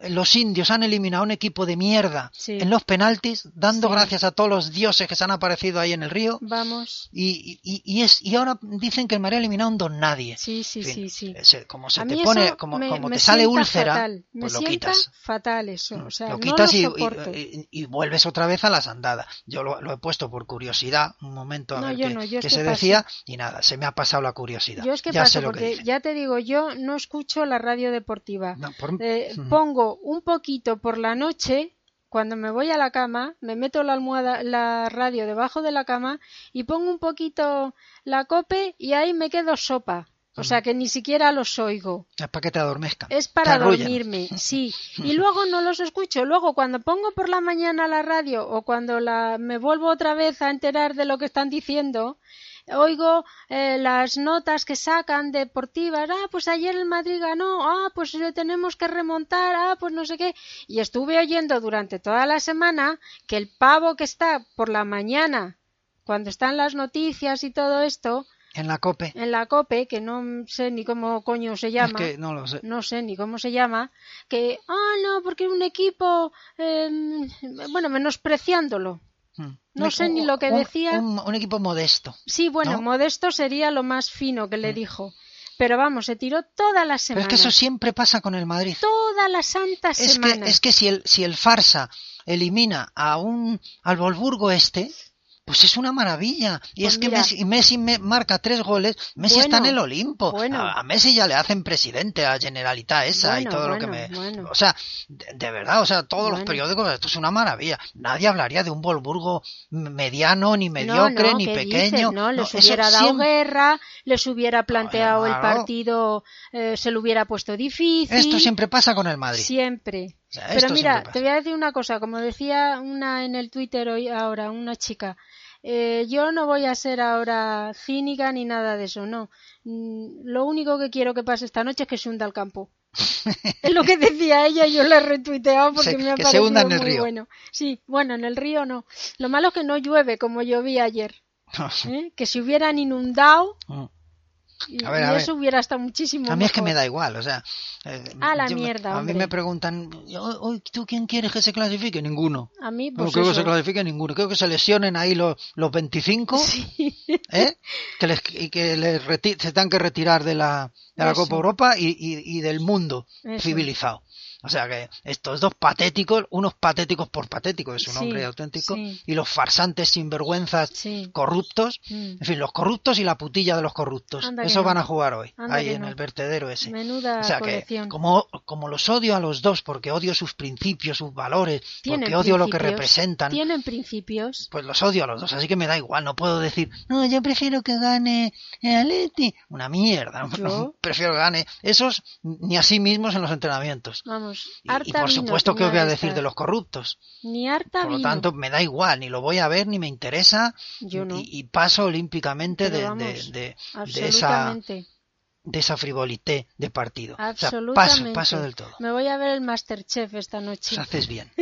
los indios han eliminado a un equipo de mierda Sí. en los penaltis, dando Sí. gracias a todos los dioses que se han aparecido ahí en el río. Vamos. Y, y, y es, y ahora dicen que el María ha eliminado a un don nadie. Sí, sí, Eh, En fin, sí, sí. ese- como se A te mí pone, eso como, me- como me te sale sienta úlcera, fatal. Me pues lo sienta quitas. Mm, fatal eso. O sea, lo no quitas lo y- soporto. y, y- y vuelves otra vez a las andadas. Yo lo, lo he puesto por curiosidad, un momento a No, ver yo qué, no, yo es qué que se paso. decía, y nada, se me ha pasado la curiosidad. yo es que ya paso, sé lo que porque dicen. ya te digo, yo no escucho la radio deportiva. No, por- mm, Eh, Ujú. Pongo un poquito por la noche, cuando me voy a la cama, me meto la almohada, la radio debajo de la cama y pongo un poquito la cope y ahí me quedo sopa. O sea que ni siquiera los oigo. Es para que te adormezcan. Es Te para arrullan. dormirme, sí. Y luego no los escucho. Luego cuando pongo por la mañana la radio o cuando la, me vuelvo otra vez a enterar de lo que están diciendo, oigo eh, las notas que sacan deportivas. Ah, pues ayer el Madrid ganó. Ah, pues le tenemos que remontar. Ah, pues no sé qué. Y estuve oyendo durante toda la semana que el pavo que está por la mañana, cuando están las noticias y todo esto, En la cope. en la COPE, que no sé ni cómo coño se Es llama que no lo sé. no sé ni cómo se llama, que, ah, no, porque un equipo, em, bueno, menospreciándolo. Mm. no Un- sé ni lo que un- decía. Un, un equipo modesto. Sí, bueno, ¿No? Mm. modesto sería lo más fino que le dijo. Pero vamos, se tiró toda la Pero semana. es que eso siempre pasa con el Madrid. Toda la santa Es que, semana. es que si el, si el Farsa elimina a un, al Volburgo este, pues es una maravilla. Y Pues es que mira. Messi, Messi me marca tres goles, Messi Bueno, está en el Olimpo. bueno. A, a Messi ya le hacen presidente a Generalitat esa y Bueno, todo lo que me... bueno, bueno. O sea, de, de verdad, o sea, todos los Bueno. periódicos, esto es una maravilla. Nadie hablaría de un Volburgo mediano, ni mediocre, no, no, ni ¿qué pequeño. dices? No, les eso hubiera dado siempre- guerra, les hubiera planteado el claro. partido, eh, se lo hubiera puesto difícil. Esto siempre pasa con el *laughs* Madrid. Siempre. O sea, esto Pero mira, siempre te voy a decir una cosa, como decía una en el Twitter hoy ahora, una chica, eh, yo no voy a ser ahora cínica ni nada de eso, no. Mm, Lo único que quiero que pase esta noche es que se hunda el *laughs* campo. es lo que decía ella, yo la he retuiteado porque Se- me ha que se parecido hunda en el muy río. bueno. Sí, bueno, en el río no. Lo malo es que no llueve como llovía ayer, ¿eh? que se hubieran inundado Mm. y, A ver, y a ver. eso hubiera estado muchísimo A mí es que mejor. me da igual, o sea. eh, A la yo me- mierda, A mí hombre. me preguntan, "Oy, oy, ¿tú quién quieres que se clasifique? Ninguno. A mí, no pues creo que eso. se clasifique ninguno. Creo que se lesionen ahí los, los 25, ¿eh? Que les, y que les reti- se tengan que retirar de la, de la Eso. Copa Europa y, y- y del mundo Eso. civilizado. O sea que estos dos patéticos, unos patéticos por patéticos, es un Sí, hombre auténtico, sí. y los farsantes sinvergüenzas Sí. corruptos, Mm. en fin, los corruptos y la putilla de los corruptos. Anda que Eso no. van a jugar hoy, Anda ahí que en no. el vertedero ese. Menuda o sea que, colección. como, como los odio a los dos, porque odio sus principios, sus valores, Tienen porque odio lo que principios, representan, Tienen principios. pues los odio a los dos, así que me da igual, no puedo decir, no, yo prefiero que gane el Atleti. Una mierda, no, Yo- *laughs* prefiero que gane esos ni a sí mismos en los entrenamientos. Vamos, Y- harta Y, por vino supuesto que os voy tenía a decir esta. de los corruptos. Ni harta Por lo vino. tanto, me da igual, ni lo voy a ver, ni me interesa, Yo no. y, y paso olímpicamente Pero de, de- vamos, de- de esa absolutamente. de esa frivolité de partido. O sea, absolutamente. paso, paso del todo. Me voy a ver el Masterchef esta O noche. sea, haces *laughs* bien.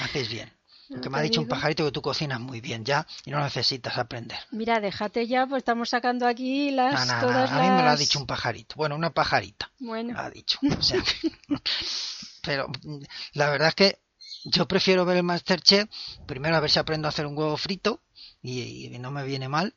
Haces bien. No Porque me te ha dicho un digo. pajarito que tú cocinas muy bien ya y no necesitas aprender. Mira, déjate ya, pues estamos sacando aquí las No, no, no, todas a mí me lo ha las- dicho un Ah, pajarito. Bueno, una pajarita. Me Bueno, lo ha dicho. O sea, *laughs* pero mm, la verdad es que yo prefiero ver el Masterchef primero a ver si aprendo a hacer un huevo frito y, y no me viene mal.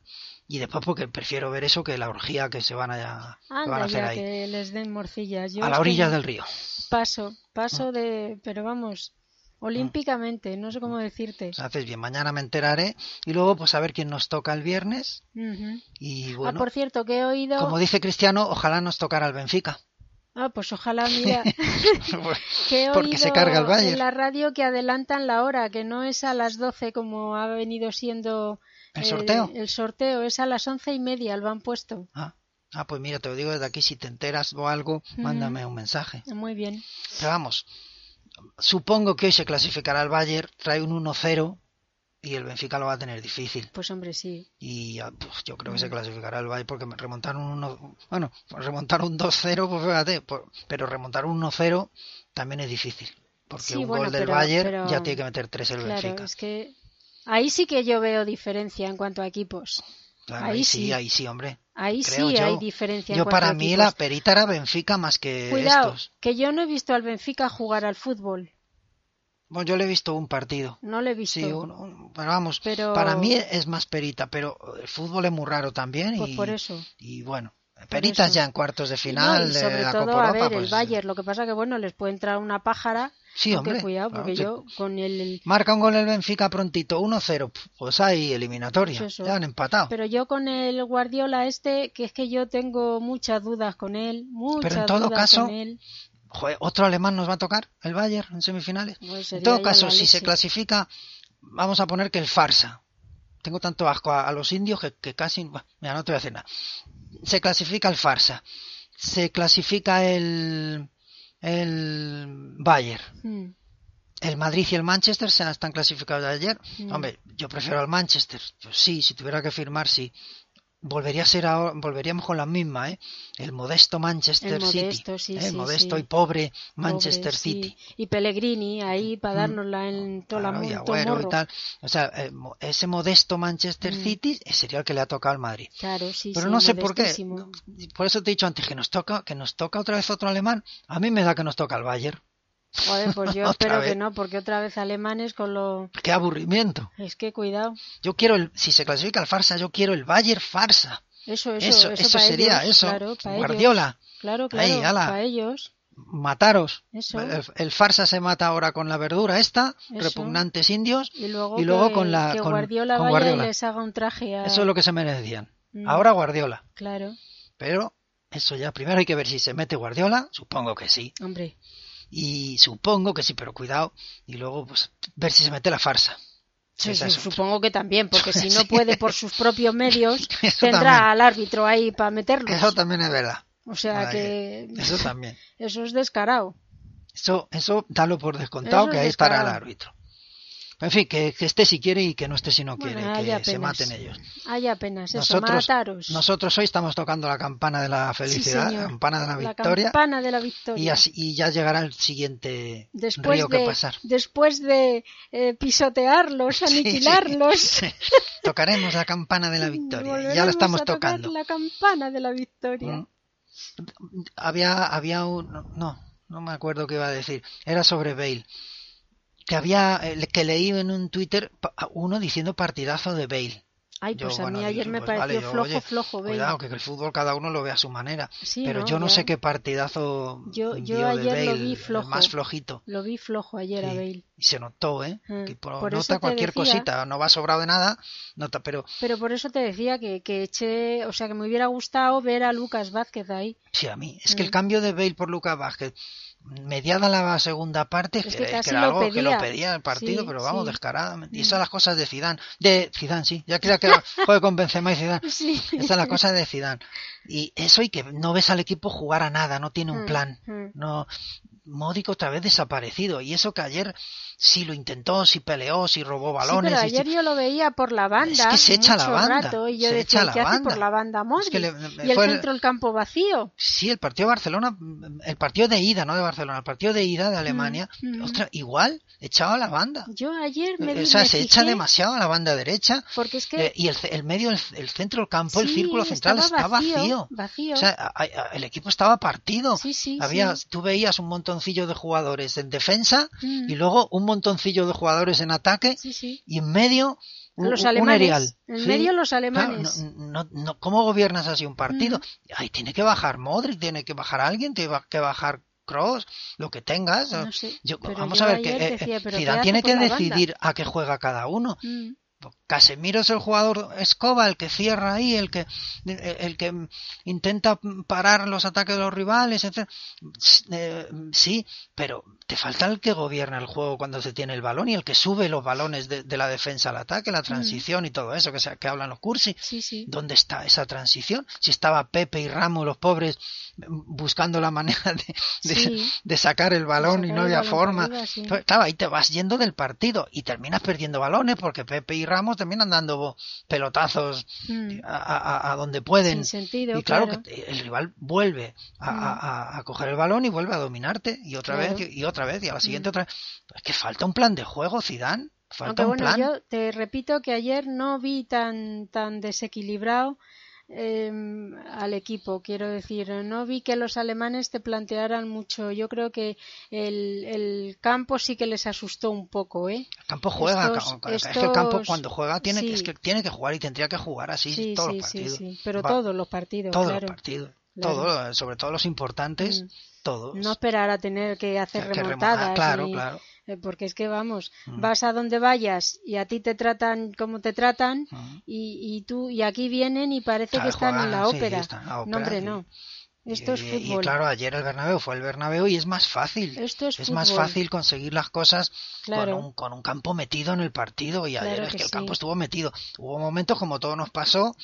Y después porque prefiero ver eso que la orgía que se van a, que van a anda hacer ya ahí. que les den morcillas. Yo a es la que orilla del Mm. río. paso, paso de, pero vamos, Mm. olímpicamente, no sé cómo decirte. Pues haces bien, mañana me enteraré y luego pues a ver quién nos toca el viernes Ujú. y ah, bueno, por cierto, que he oído. como dice Cristiano, ojalá nos tocara el Benfica. *laughs* Ah, pues ojalá, mira. que *laughs* he Porque se oído carga el Bayern. en la radio que adelantan la hora, que no es a las 12 como ha venido siendo eh, ¿El sorteo? el sorteo, es a las once y media, lo han puesto. Ah, ah, pues mira, te lo digo desde aquí, si te enteras o algo, mándame un mensaje. Muy bien. Pero vamos, supongo que hoy se clasificará el Bayern, trae un 1-0 y el Benfica lo va a tener difícil. Pues hombre, sí. Y ah, pues, yo creo que Mm. se clasificará el Bayern porque me remontaron un 1 bueno, remontaron un 2-0, pues fíjate, por- pero remontar un 1-0 también es difícil. Porque Sí, un bueno, gol del pero- Bayern pero- ya tiene que meter 3 el claro, Benfica. es que ahí sí que yo veo diferencia en cuanto a equipos. Claro, ahí ahí sí, sí. ahí sí, hombre. Ahí Creo sí yo. hay diferencia en Yo cuanto para a mí equipos. la perita era Benfica más que Cuidado, estos. que yo no he visto al Benfica jugar al fútbol. Bueno, yo le he visto un partido. No lo he visto. Sí, un- un- pero vamos, Pero- para mí es más perita, pero el fútbol es muy raro también Pues y, por eso. y bueno, peritas eso. ya en cuartos de No, final y de sobre la todo, Copa a Europa, ver, el pues, Bayern, lo que pasa que bueno, les puede entrar una pájara. Sí, Aunque hombre, cuidado, claro, porque sí. yo con el Marca un gol el Benfica prontito, 1-0, pues hay eliminatoria, Pues eso. ya han empatado. Pero, pero yo con el Guardiola este, que es que yo tengo muchas dudas con él, muchas en todo dudas caso, con él. Joder, otro alemán nos va a tocar, el Bayern, en semifinales. Pues en sería todo ya caso, la si se leche. clasifica, vamos a poner que el farsa. Tengo tanto asco a, a los indios que, que casi... bah, Mira, no te voy a decir nada. Se clasifica el farsa. Se clasifica el... El Bayern. Mm, El Madrid y el Manchester se están clasificados de ayer. Mm. Hombre, yo prefiero al Manchester. Pues sí, si tuviera que firmar, sí. Volvería a ser ahora- volveríamos con la misma, ¿eh? El modesto Manchester El City. modesto, sí, ¿eh? sí, El modesto sí. y pobre Manchester pobre, City. Mm, sí. Y Pellegrini ahí para dárnosla en toda la Claro, y mon- todo Agüero y morro. tal. O sea, eh, mo- ese modesto Manchester City sería el que le ha tocado al Madrid. Claro, sí, Pero sí, no sé por qué. modestísimo. Por eso te he dicho antes que nos toca, que nos toca otra vez otro alemán. A mí me da que nos toca el Bayern. *laughs* Joder, pues yo Otra espero que vez. no, porque otra vez alemanes con lo... Qué aburrimiento. Es que cuidado. Yo quiero el, si se clasifica el farsa, yo quiero el Bayern farsa. Eso, eso, Eso, eso, eso para sería ellos, eso. Claro, para ellos. Guardiola, Claro, claro, Ahí, ala. para ellos. mataros. Eso. El, el farsa se mata ahora con la verdura esta, Eso. repugnantes indios. Y luego, Y luego que, con la- que con- Guardiola con vaya Guardiola. y les haga un traje a... Eso es lo que se merecían. Mm, Ahora Guardiola. Claro, Pero eso ya primero hay que ver si se mete Guardiola. Supongo que sí. hombre, Y supongo que sí, pero cuidado. Y luego pues, ver si se mete la farsa. *laughs* sí, Esa sí, es otra. supongo que también, *laughs* porque si no Sí. puede por sus propios medios, Eso tendrá también. al árbitro ahí para meterlos. Eso también es verdad. O sea Ay, que Eso también. eso es descarado. Eso, eso dalo por descontado Eso que es ahí estará el descarado. árbitro. En fin, que, que esté si quiere y que no esté si no Bueno, ah, quiere, ahí que se apenas. maten ellos. Hay apenas eso, Nosotros, mataros. nosotros hoy estamos tocando la campana de la felicidad, señor. la campana de la la victoria, campana de la y, victoria. así, y ya llegará el siguiente después río de, que pasar. Después de eh, pisotearlos, *laughs* Sí, sí. aniquilarlos. Sí. Tocaremos la campana *laughs* de la victoria, ya la volveremos estamos a tocar tocando. La campana de la victoria. Mm. Había, había un. No, no me acuerdo qué iba a decir. Era sobre Bale. Que había. eh, Que leí en un Twitter pa- uno diciendo partidazo de Bale. Ay, Yo, pues a bueno, mí ayer dije, me pues vale, pareció yo, flojo, oye, flojo, Bale. Cuidado, que el fútbol cada uno lo ve a su manera. Sí, Pero ¿no? yo no Ya. sé qué partidazo. Yo- yo vio de ayer lo Bale, vi el flojo. Más flojito. Lo vi flojo ayer a Sí. Bale. Y se notó, ¿eh? Ah, Que por- por eso nota te cualquier decía- cosita, no va sobrado de nada, nota, pero Pero por eso te decía que, que eché, o sea, que me hubiera gustado ver a Lucas Vázquez ahí. sí, a mí. Es que el Mm. cambio de Bale por Lucas Vázquez, mediada la segunda parte, Es que, que es casi que era lo algo que lo pedía. pedía el partido, Sí, pero vamos, sí. descaradamente. Y Mm. esas son las cosas de Zidane. De Zidane, sí. Ya creía *laughs* que era juego con Benzema y Zidane. Sí. Esa es la cosa de Zidane. Y eso y que no ves al equipo jugar a nada, no tiene un Mm, plan. mm. No, Módico otra vez desaparecido. Y eso que ayer sí lo intentó, sí peleó, sí robó Sí, balones. pero y sí- ayer yo lo veía por la banda. Es que se echa a la mucho banda, rato, y yo se echa decía, a la ¿qué hace banda? por la banda Modric? Es que le- le- y el fue el- centro del campo vacío. Sí, el partido de Barcelona, mm, el partido de ida, no de Barcelona, el partido de ida de Alemania, mm. otra, igual, echado a la banda. Yo ayer me di o sea, me se echa fijé, demasiado a la banda derecha Porque es que eh, y el, ce- el medio, el, el centro del campo, el sí, círculo central estaba está vacío. Vacío. O sea, a- a- el equipo estaba partido. sí, sí, Había, sí. Tú veías un montoncillo de jugadores en defensa Mm. y luego un montoncillo de jugadores en ataque Sí, sí. y en medio un, Los un alemanes. erial. En Sí. medio los Claro, alemanes. no- no- no- ¿Cómo gobiernas así un partido? Ay, tiene que bajar Modric, tiene que bajar alguien, tiene que bajar Cross, lo que tengas. No sé, Yo- pero vamos yo a ver, que ayer eh, decía, eh, ¿pero qué Zidane hace tiene por que la banda? decidir a qué juega cada uno. Mm, Casemiro es el jugador escoba, el que cierra ahí, el que, el, el que intenta parar los ataques de los rivales, etc. Eh, sí, pero te falta el que gobierna el juego cuando se tiene el balón y el que sube los balones de, de la defensa al ataque, Mm. la transición y todo eso que, se, que hablan los cursi. Sí, sí. ¿Dónde está esa transición? Si estaba Pepe y Ramos, los pobres, buscando la manera de, de- Sí. de sacar el balón y sacar no el había balón forma. para arriba, sí. Entonces, claro, ahí te vas yendo del partido y terminas perdiendo balones porque Pepe y Ramos terminan dando bo- pelotazos Mm. a, a- a- a donde pueden. Sin sentido, y claro, claro. Mm. que te- el rival vuelve a, a- a- a coger el balón y vuelve a dominarte y otra Claro. vez y otra vez y a la siguiente Mm. otra vez. Es que falta un plan de juego, Zidane. Falta Aunque un bueno, plan. yo te repito que ayer no vi tan, tan desequilibrado eh, al equipo, quiero decir, no vi que los alemanes te plantearan mucho. Yo creo que el, el campo sí que les asustó un poco, ¿eh? El campo juega, Estos- ca- es que el campo estos- cuando juega tiene, que- sí. es que tiene que jugar y tendría que jugar así Sí, todos sí, los sí, partidos. sí. Pero Va- todos los partidos, todos claro. los partidos, claro. todo, sobre todo los importantes, Mm. todos. No esperar a tener que hacer Que- que remontadas. remontar, claro, ni- claro. eh, Porque es que vamos, Mm. vas a donde vayas y a ti te tratan como te tratan Mm. y, y tú y aquí vienen y parece Claro, que están en juegan, la sí, ópera. están en la ópera, no, hombre, sí. no. Esto es y, y fútbol. claro, ayer el Bernabéu fue el Bernabéu y es más fácil. Esto es más fútbol. fácil conseguir las cosas Claro. con, un, con un campo metido en el partido. Y ayer Claro es que que el sí. campo estuvo metido. Hubo momentos como todo nos pasó.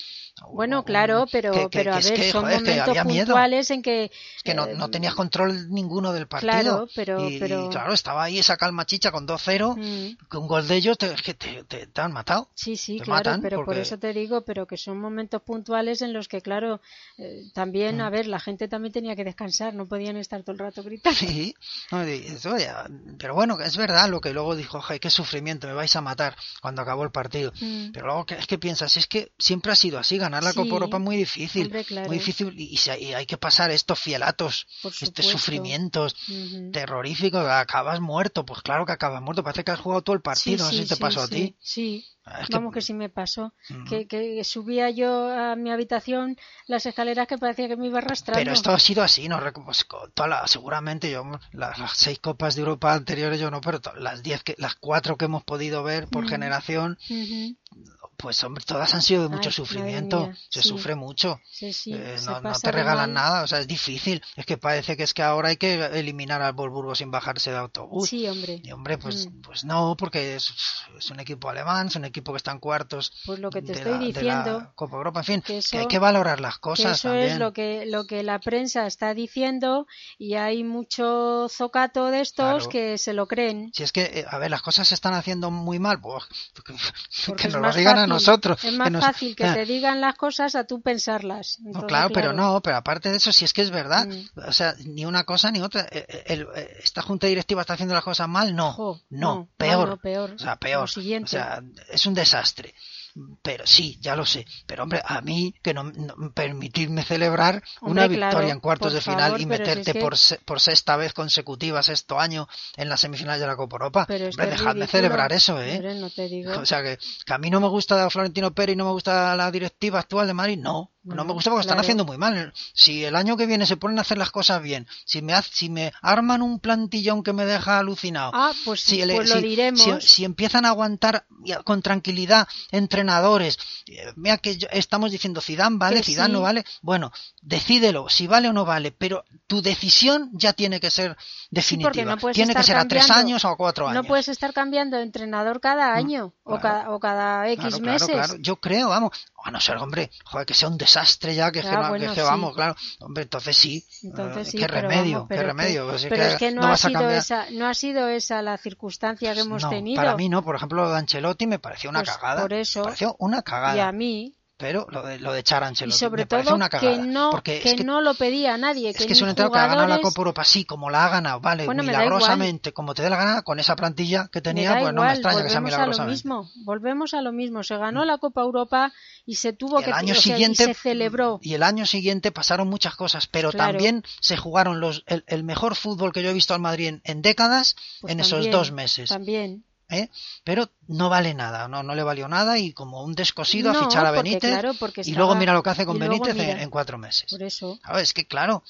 bueno, un- claro, pero, que- que- pero a que es ver, que, son joder, que momentos había miedo. puntuales en que, Es que no, eh, no tenías control ninguno del partido. claro, pero- y, y pero- claro, estaba ahí esa calma chicha con 2-0, mm, que un gol de ellos te, es que te, te- te han *laughs* matado. Sí, sí, te claro, matan pero por porque- eso te digo, pero que son momentos puntuales en los que, claro, eh, también, Mm. a ver, la gente también tenía que descansar, no podían estar todo el rato gritando. Sí, no, y eso ya- pero bueno, es verdad lo que luego dijo, "Ay, qué sufrimiento, me vais a matar cuando acabó el partido. Mm. Pero luego que- es que piensas, es que siempre ha sido así, ganar la Sí, Copa Europa es muy difícil, hombre, claro. muy difícil este y, y se- y hay que pasar estos fielatos, Por estos supuesto. sufrimientos Ujú. terroríficos, acabas muerto, pues claro que acabas muerto, parece que has jugado todo el partido, Sí, no sé sí, si te sí, pasó a este sí, ti. Sí, Es que- Vamos, que sí me pasó. Que, que subía yo a mi habitación las escaleras que parecía que me iba arrastrando. Pero esto ha sido así, no Rec- pues, con toda la- seguramente yo las, las seis copas de Europa anteriores yo no, pero to- las diez que, las cuatro que hemos podido ver por Mm. generación, Ujú. pues hombre, todas han sido de mucho Ay, madre sufrimiento, mía, se sí. sufre mucho, Sí, sí, Eh, se no, no pasa te de regalan mal. nada, o sea es difícil, es que parece que es que ahora hay que eliminar al Volburgo sin bajarse de autobús. Sí, hombre. Y hombre, pues, Mm. pues no, porque es, es un equipo alemán, es un equipo que está en cuartos Pues lo que de te estoy la- de la diciendo, Copa Europa, en fin, que que, eso- hay que valorar las que cosas eso también. es lo que, lo que la prensa está diciendo y hay mucho zocato de estos Claro. que se lo creen. Si es que, eh, a ver, las cosas se están haciendo muy mal, pues, *laughs* que, *laughs* Porque que es nos lo más digan a fácil- nosotros. Es más nos- fácil que *laughs* Ah, te digan las cosas a tú pensarlas. no, Entonces, claro, pero no, pero aparte de eso, si es que es verdad, Mm. o sea, ni una cosa ni otra. Eh, eh, el- eh, ¿Esta junta directiva está haciendo las cosas mal? No, Jo, no, no, peor. no, no, peor. O sea, Lo peor. siguiente. O sea, es un desastre. Pero sí, ya lo sé. Pero hombre, a mí que no, no- permitirme celebrar Hombre, una victoria claro, en cuartos por de final favor, y pero si es meterte que- por, se- por sexta vez consecutiva, sexto año, en la semifinal de la Copa Europa. Pero es hombre, que es dejadme ridículo. celebrar eso, ¿eh? Hombre, no te digo. *laughs* O sea que, que a mí no me gusta Florentino Pérez y no me gusta la directiva actual de Madrid, no. No, no me gusta porque están claro. haciendo muy mal. Si el año que viene se ponen a hacer las cosas bien, si me, haz- si me arman un plantillón que me deja alucinado, ah, pues, si, el- pues lo si- diremos. si- si empiezan a aguantar y a- con tranquilidad entrenadores, eh, mira que yo- estamos diciendo Zidane vale, Que Zidane no sí. vale, bueno, decídelo si vale o no vale, pero tu decisión ya tiene que ser definitiva, no puedes tiene que estar ser a tres cambiando. años o a cuatro años. No puedes estar cambiando de entrenador cada año o, Mm, claro. cada, o cada X Claro, claro, meses. claro. Yo creo, vamos. A no ser, hombre, joder, que sea un desastre ya, que, es que Ya, no- que bueno, es que sí. vamos, claro. Hombre, entonces sí. Entonces Eh, sí, qué pero remedio, vamos, qué pero remedio. pues, pero es que no, ha vas a sido cambiar. Pues esa, no ha sido esa la circunstancia que hemos No, tenido. Para mí no, por ejemplo, lo de Ancelotti me pareció una Pues, cagada. por eso. Me pareció una y a cagada. mí Pero lo de, lo de echar a y Ancelotti sobre me pareció todo una que cagada. no porque que, es que, no lo pedía nadie es que ni es un entrenador que ha ganado la jugadores- Copa Europa, sí, como la ha ganado, vale, Bueno, me da milagrosamente, como te dé la gana, con esa plantilla que tenía, me da pues igual, no me extraña que sea volvemos a lo milagrosamente. mismo volvemos a lo mismo se ganó la Copa Europa y se tuvo Y que el año o sea, y siguiente se celebró y el año siguiente pasaron muchas cosas pero Claro. también se jugaron los el, el mejor fútbol que yo he visto al Madrid en, en décadas Pues en también, esos dos meses también ¿eh? pero no vale nada no no le valió nada y como un descosido No, a fichar a porque, Benítez claro, porque y luego estaba- mira lo que hace con y luego Benítez en, mira. en cuatro meses por e-, eso Claro, es que claro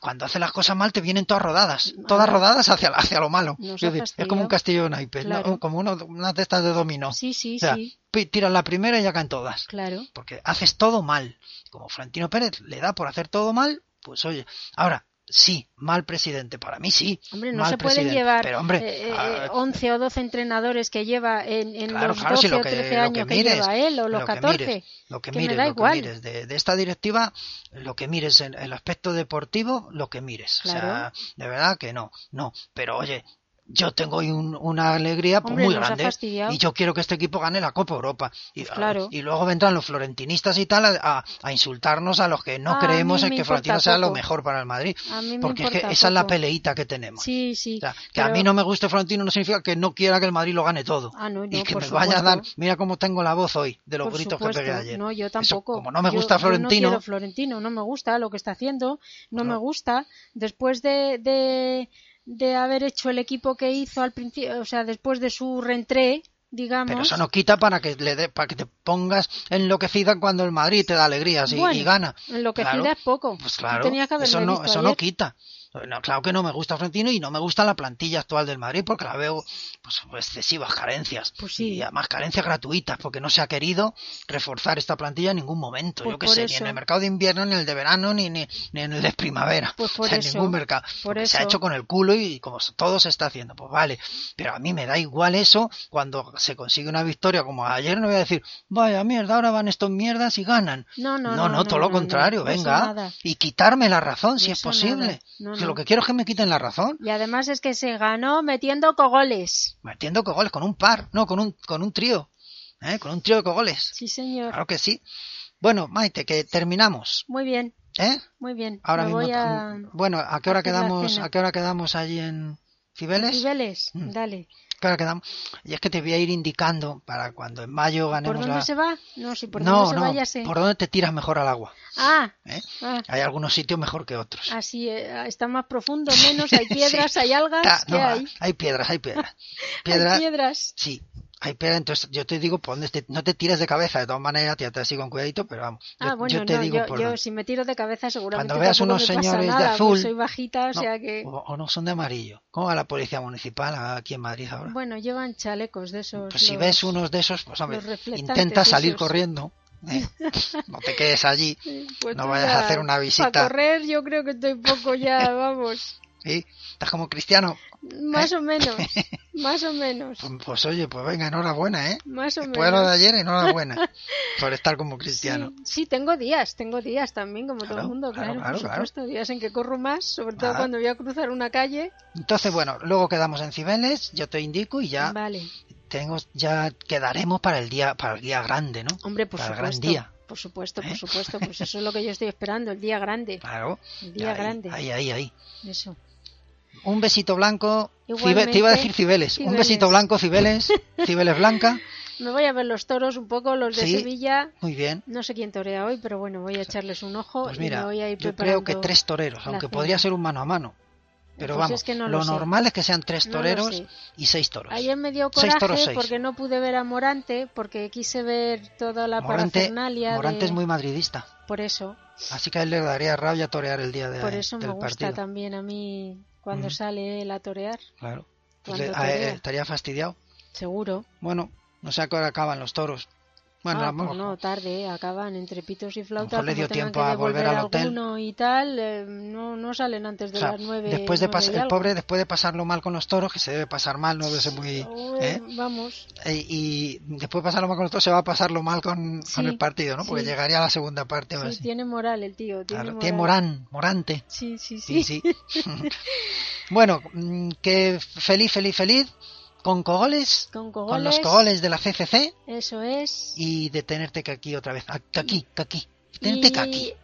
cuando hace las cosas mal te vienen todas rodadas todas Ahora- rodadas hacia hacia lo malo Nos Quiero ha decir, es como un fastidiado. castillo de naipes ¿no? Claro. como uno- unas de estas de dominó sí sí o sea, sí pi- tiras la primera y ya caen todas claro porque haces todo mal. Como Florentino Pérez le da por hacer todo mal, pues oye, ahora sí, mal presidente, para mí sí. Hombre, no mal se pueden presidente, llevar Pero hombre, eh, eh, ah, 11 o 12 entrenadores que lleva en, en claro, los claro, 12 si lo o que, 13 lo años que que, mires, lleva él o los lo 14. Que mires, lo que que me mires, da lo igual. que mires de, de esta directiva, lo que mires en el aspecto deportivo, lo que mires. Claro. O sea, de verdad que no, no. Pero oye, yo tengo hoy un- una alegría pues, Hombre, muy nos ha grande fastidiado. y yo quiero que este equipo gane la Copa Europa. Y, Pues claro. y luego vendrán los florentinistas y tal a, a- a insultarnos a los que no Ah, a creemos mí en me que importa Florentino sea lo poco. mejor para el Madrid. A mí me Porque es que importa esa es la poco. peleita que tenemos. Sí, sí. O sea, que a pero- mí no me guste Florentino no significa que no quiera que el Madrid lo gane todo. Ah, no, y no, que por me vaya a dar, supuesto. mira cómo tengo la voz hoy de los Por gritos supuesto. que pegué ayer. No, yo Eso, tampoco. como no me Yo- gusta yo no Florentino, quiero Florentino, no me gusta lo que está haciendo, no, No. me gusta. Después de, de, de haber hecho el equipo que hizo al principio, o sea, después de su reentré, digamos. pero eso no quita para que le dé- para que te pongas enloquecida cuando el Madrid te da alegrías y, Bueno, y gana. lo que Claro. pida es poco. Pues Tú claro, tenías que haberlo eso no, visto eso ayer. no quita. No, claro que no me gusta Florentino y no me gusta la plantilla actual del Madrid porque la veo pues, excesivas carencias. Pues sí. Y además carencias gratuitas porque no se ha querido reforzar esta plantilla en ningún momento. Pues Yo qué por sé, ni eso. en el mercado de invierno, ni en el de verano, ni, ni, ni en el de primavera. Pues por en eso, ningún mercado. por Porque Se ha eso. hecho con el culo y como todo se está haciendo. Pues vale. Pero a mí me da igual eso cuando se consigue una victoria como ayer. No voy a decir, vaya mierda, ahora van estos mierdas y ganan. No, no, No, no, no, no, todo no, lo no, contrario, no, eso nada. venga. Y quitarme la razón si es Eso nada, posible. no, Que no. lo que quiero es que me quiten la razón. Y además es que se ganó metiendo cogoles. Metiendo cogoles con un par, no, con un, con un trío. ¿eh? Con un trío de cogoles. Sí, señor. Claro que sí. Bueno, Maite, que terminamos. Muy bien, ¿eh? muy bien. Ahora Me mismo. mm, voy a... Bueno, ¿a qué hora hacer la quedamos? cena. ¿A qué hora quedamos allí en Cibeles? Niveles, Mm. dale. ¿Qué hora quedamos? Y es que te voy a ir indicando para cuando en mayo ganemos ¿Por dónde la. se va? No, si por no, dónde se no. va ya sé. ¿Por dónde te tiras mejor al agua? Ah, ¿eh? ah, Hay algunos sitios mejor que otros. así eh, está más profundo, menos, hay *laughs* piedras, Sí. hay algas, Ta- ¿qué no, hay? hay piedras, hay piedras. *laughs* Hay Piedras, piedras. sí. Ay, pero entonces yo te digo, por dónde te- no te tires de cabeza, de todas maneras, tírate así con cuidadito, pero vamos. Yo, Ah, bueno, yo te no, digo yo, por yo dónde. si me tiro de cabeza seguramente Cuando veas tampoco unos me pasa señores de nada, pues azul- soy bajita, o No, sea que... o, o no son de amarillo. ¿Cómo va la policía municipal aquí en Madrid ahora? Bueno, llevan chalecos de esos. pues si los- ves unos de esos, pues hombre, los reflectantes intenta salir esos. corriendo. *laughs* ¿eh? no te quedes allí. Sí, pues no tú vayas a ya, hacer una pa' visita. correr yo creo que estoy poco *laughs* ya, vamos. ¿sí? Estás como cristiano. Más *laughs* o menos, más o menos, Pues, pues, oye, pues venga, enhorabuena, ¿eh? más o Después de lo de menos. ayer, *laughs* enhorabuena. por estar como Sí, cristiano. sí, tengo días, tengo días también, como todo Claro, el mundo, claro, claro, claro, por claro. Ah. supuesto, días en que corro más, sobre todo Claro. cuando voy a cruzar una calle. Entonces, bueno, luego quedamos en Cibeles, yo te indico y ya Vale, tengo, ya quedaremos para el día, para el día grande, ¿no? hombre, por Para el gran supuesto. día. Por supuesto, por ¿Eh? *laughs* supuesto, pues eso es lo que yo estoy esperando, el día grande, Claro. el día ahí, grande, Ahí, ahí, ahí. eso. Un besito blanco. Cibe- Igualmente, te iba a decir Cibeles. Un Cibeles. besito blanco, Cibeles. *laughs* Cibeles blanca. Me voy a ver los toros un poco, los de Sí. Sevilla, Muy bien. no sé quién torea hoy, pero bueno, voy a echarles un ojo Pues y mira, me voy a ir yo creo que preparando. tres toreros, la aunque cena. podría ser un mano a mano. Pero Pues vamos, es que no lo, lo sé. normal es que sean tres No lo toreros sé. y seis toros. Ayer me dio Seis coraje toros, seis. porque no pude ver a Morante, porque quise ver toda la Morante, parafernalia Morante de- es muy madridista, por eso, así que a él le daría rabia torear el día de, por eso me eh, del gusta partido. Mm. también a mí cuando Ujú. sale él a torear, Claro. Pues Cuando le- a él torea. estaría fastidiado. seguro. Bueno, no sé a qué hora acaban los toros. Bueno, Ah, a lo pues mejor- no, tarde, eh, acaban entre pitos y flautas. mejor le dio como tengan tiempo que a volver devolver al hotel. alguno y tal, eh, no, no salen antes o de sea, las nueve. después de nueve pas- y el algo. pobre después de pasarlo mal con los toros, que se debe pasar mal, no debe ser muy Uy, ¿eh? Vamos, Eh, y después de pasarlo mal con los toros se va a pasarlo mal con, Sí, con el partido, ¿no? Porque sí. llegaría a la segunda parte o sí, así. tiene moral el tío, tiene Claro, moral. tiene Morán, Morante. Sí, sí, Sí, sí. sí. *laughs* bueno, mm, que feliz, feliz, feliz con cogoles, Con con los cogoles, cogoles de la CCC eso es. y de tenerte que aquí otra vez. Ah, Que aquí, que aquí. Tenerte que aquí. Eh,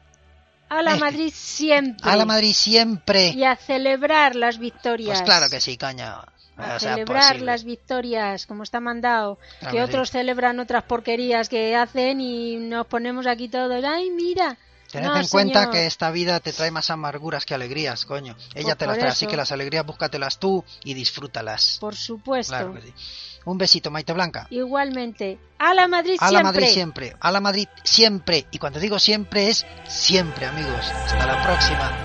A la Madrid siempre. A la Madrid siempre. Y a celebrar las victorias. Pues claro que sí, caña. A O sea, pues celebrar posible. las victorias, como está mandado. Claro que que otros celebran otras porquerías que hacen y nos ponemos aquí todos. ¡Ay, mira! Tened No, en cuenta señor. que esta vida te trae más amarguras que alegrías, coño. Ella te Pues por las trae, así eso. que las alegrías búscatelas tú y disfrútalas. Por supuesto. Claro que sí. Un besito, Maite Blanca. Igualmente. A la Madrid A la siempre. Madrid siempre, a la Madrid siempre. Y cuando digo siempre es siempre, amigos. Hasta la próxima.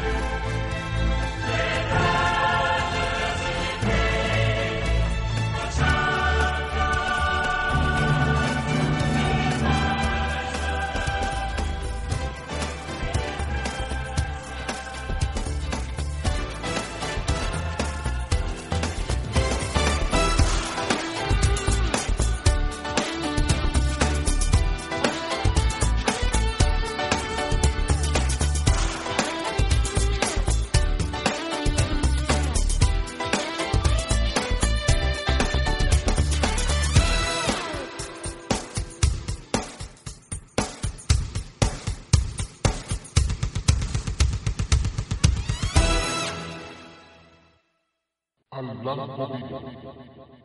Al blanco vino.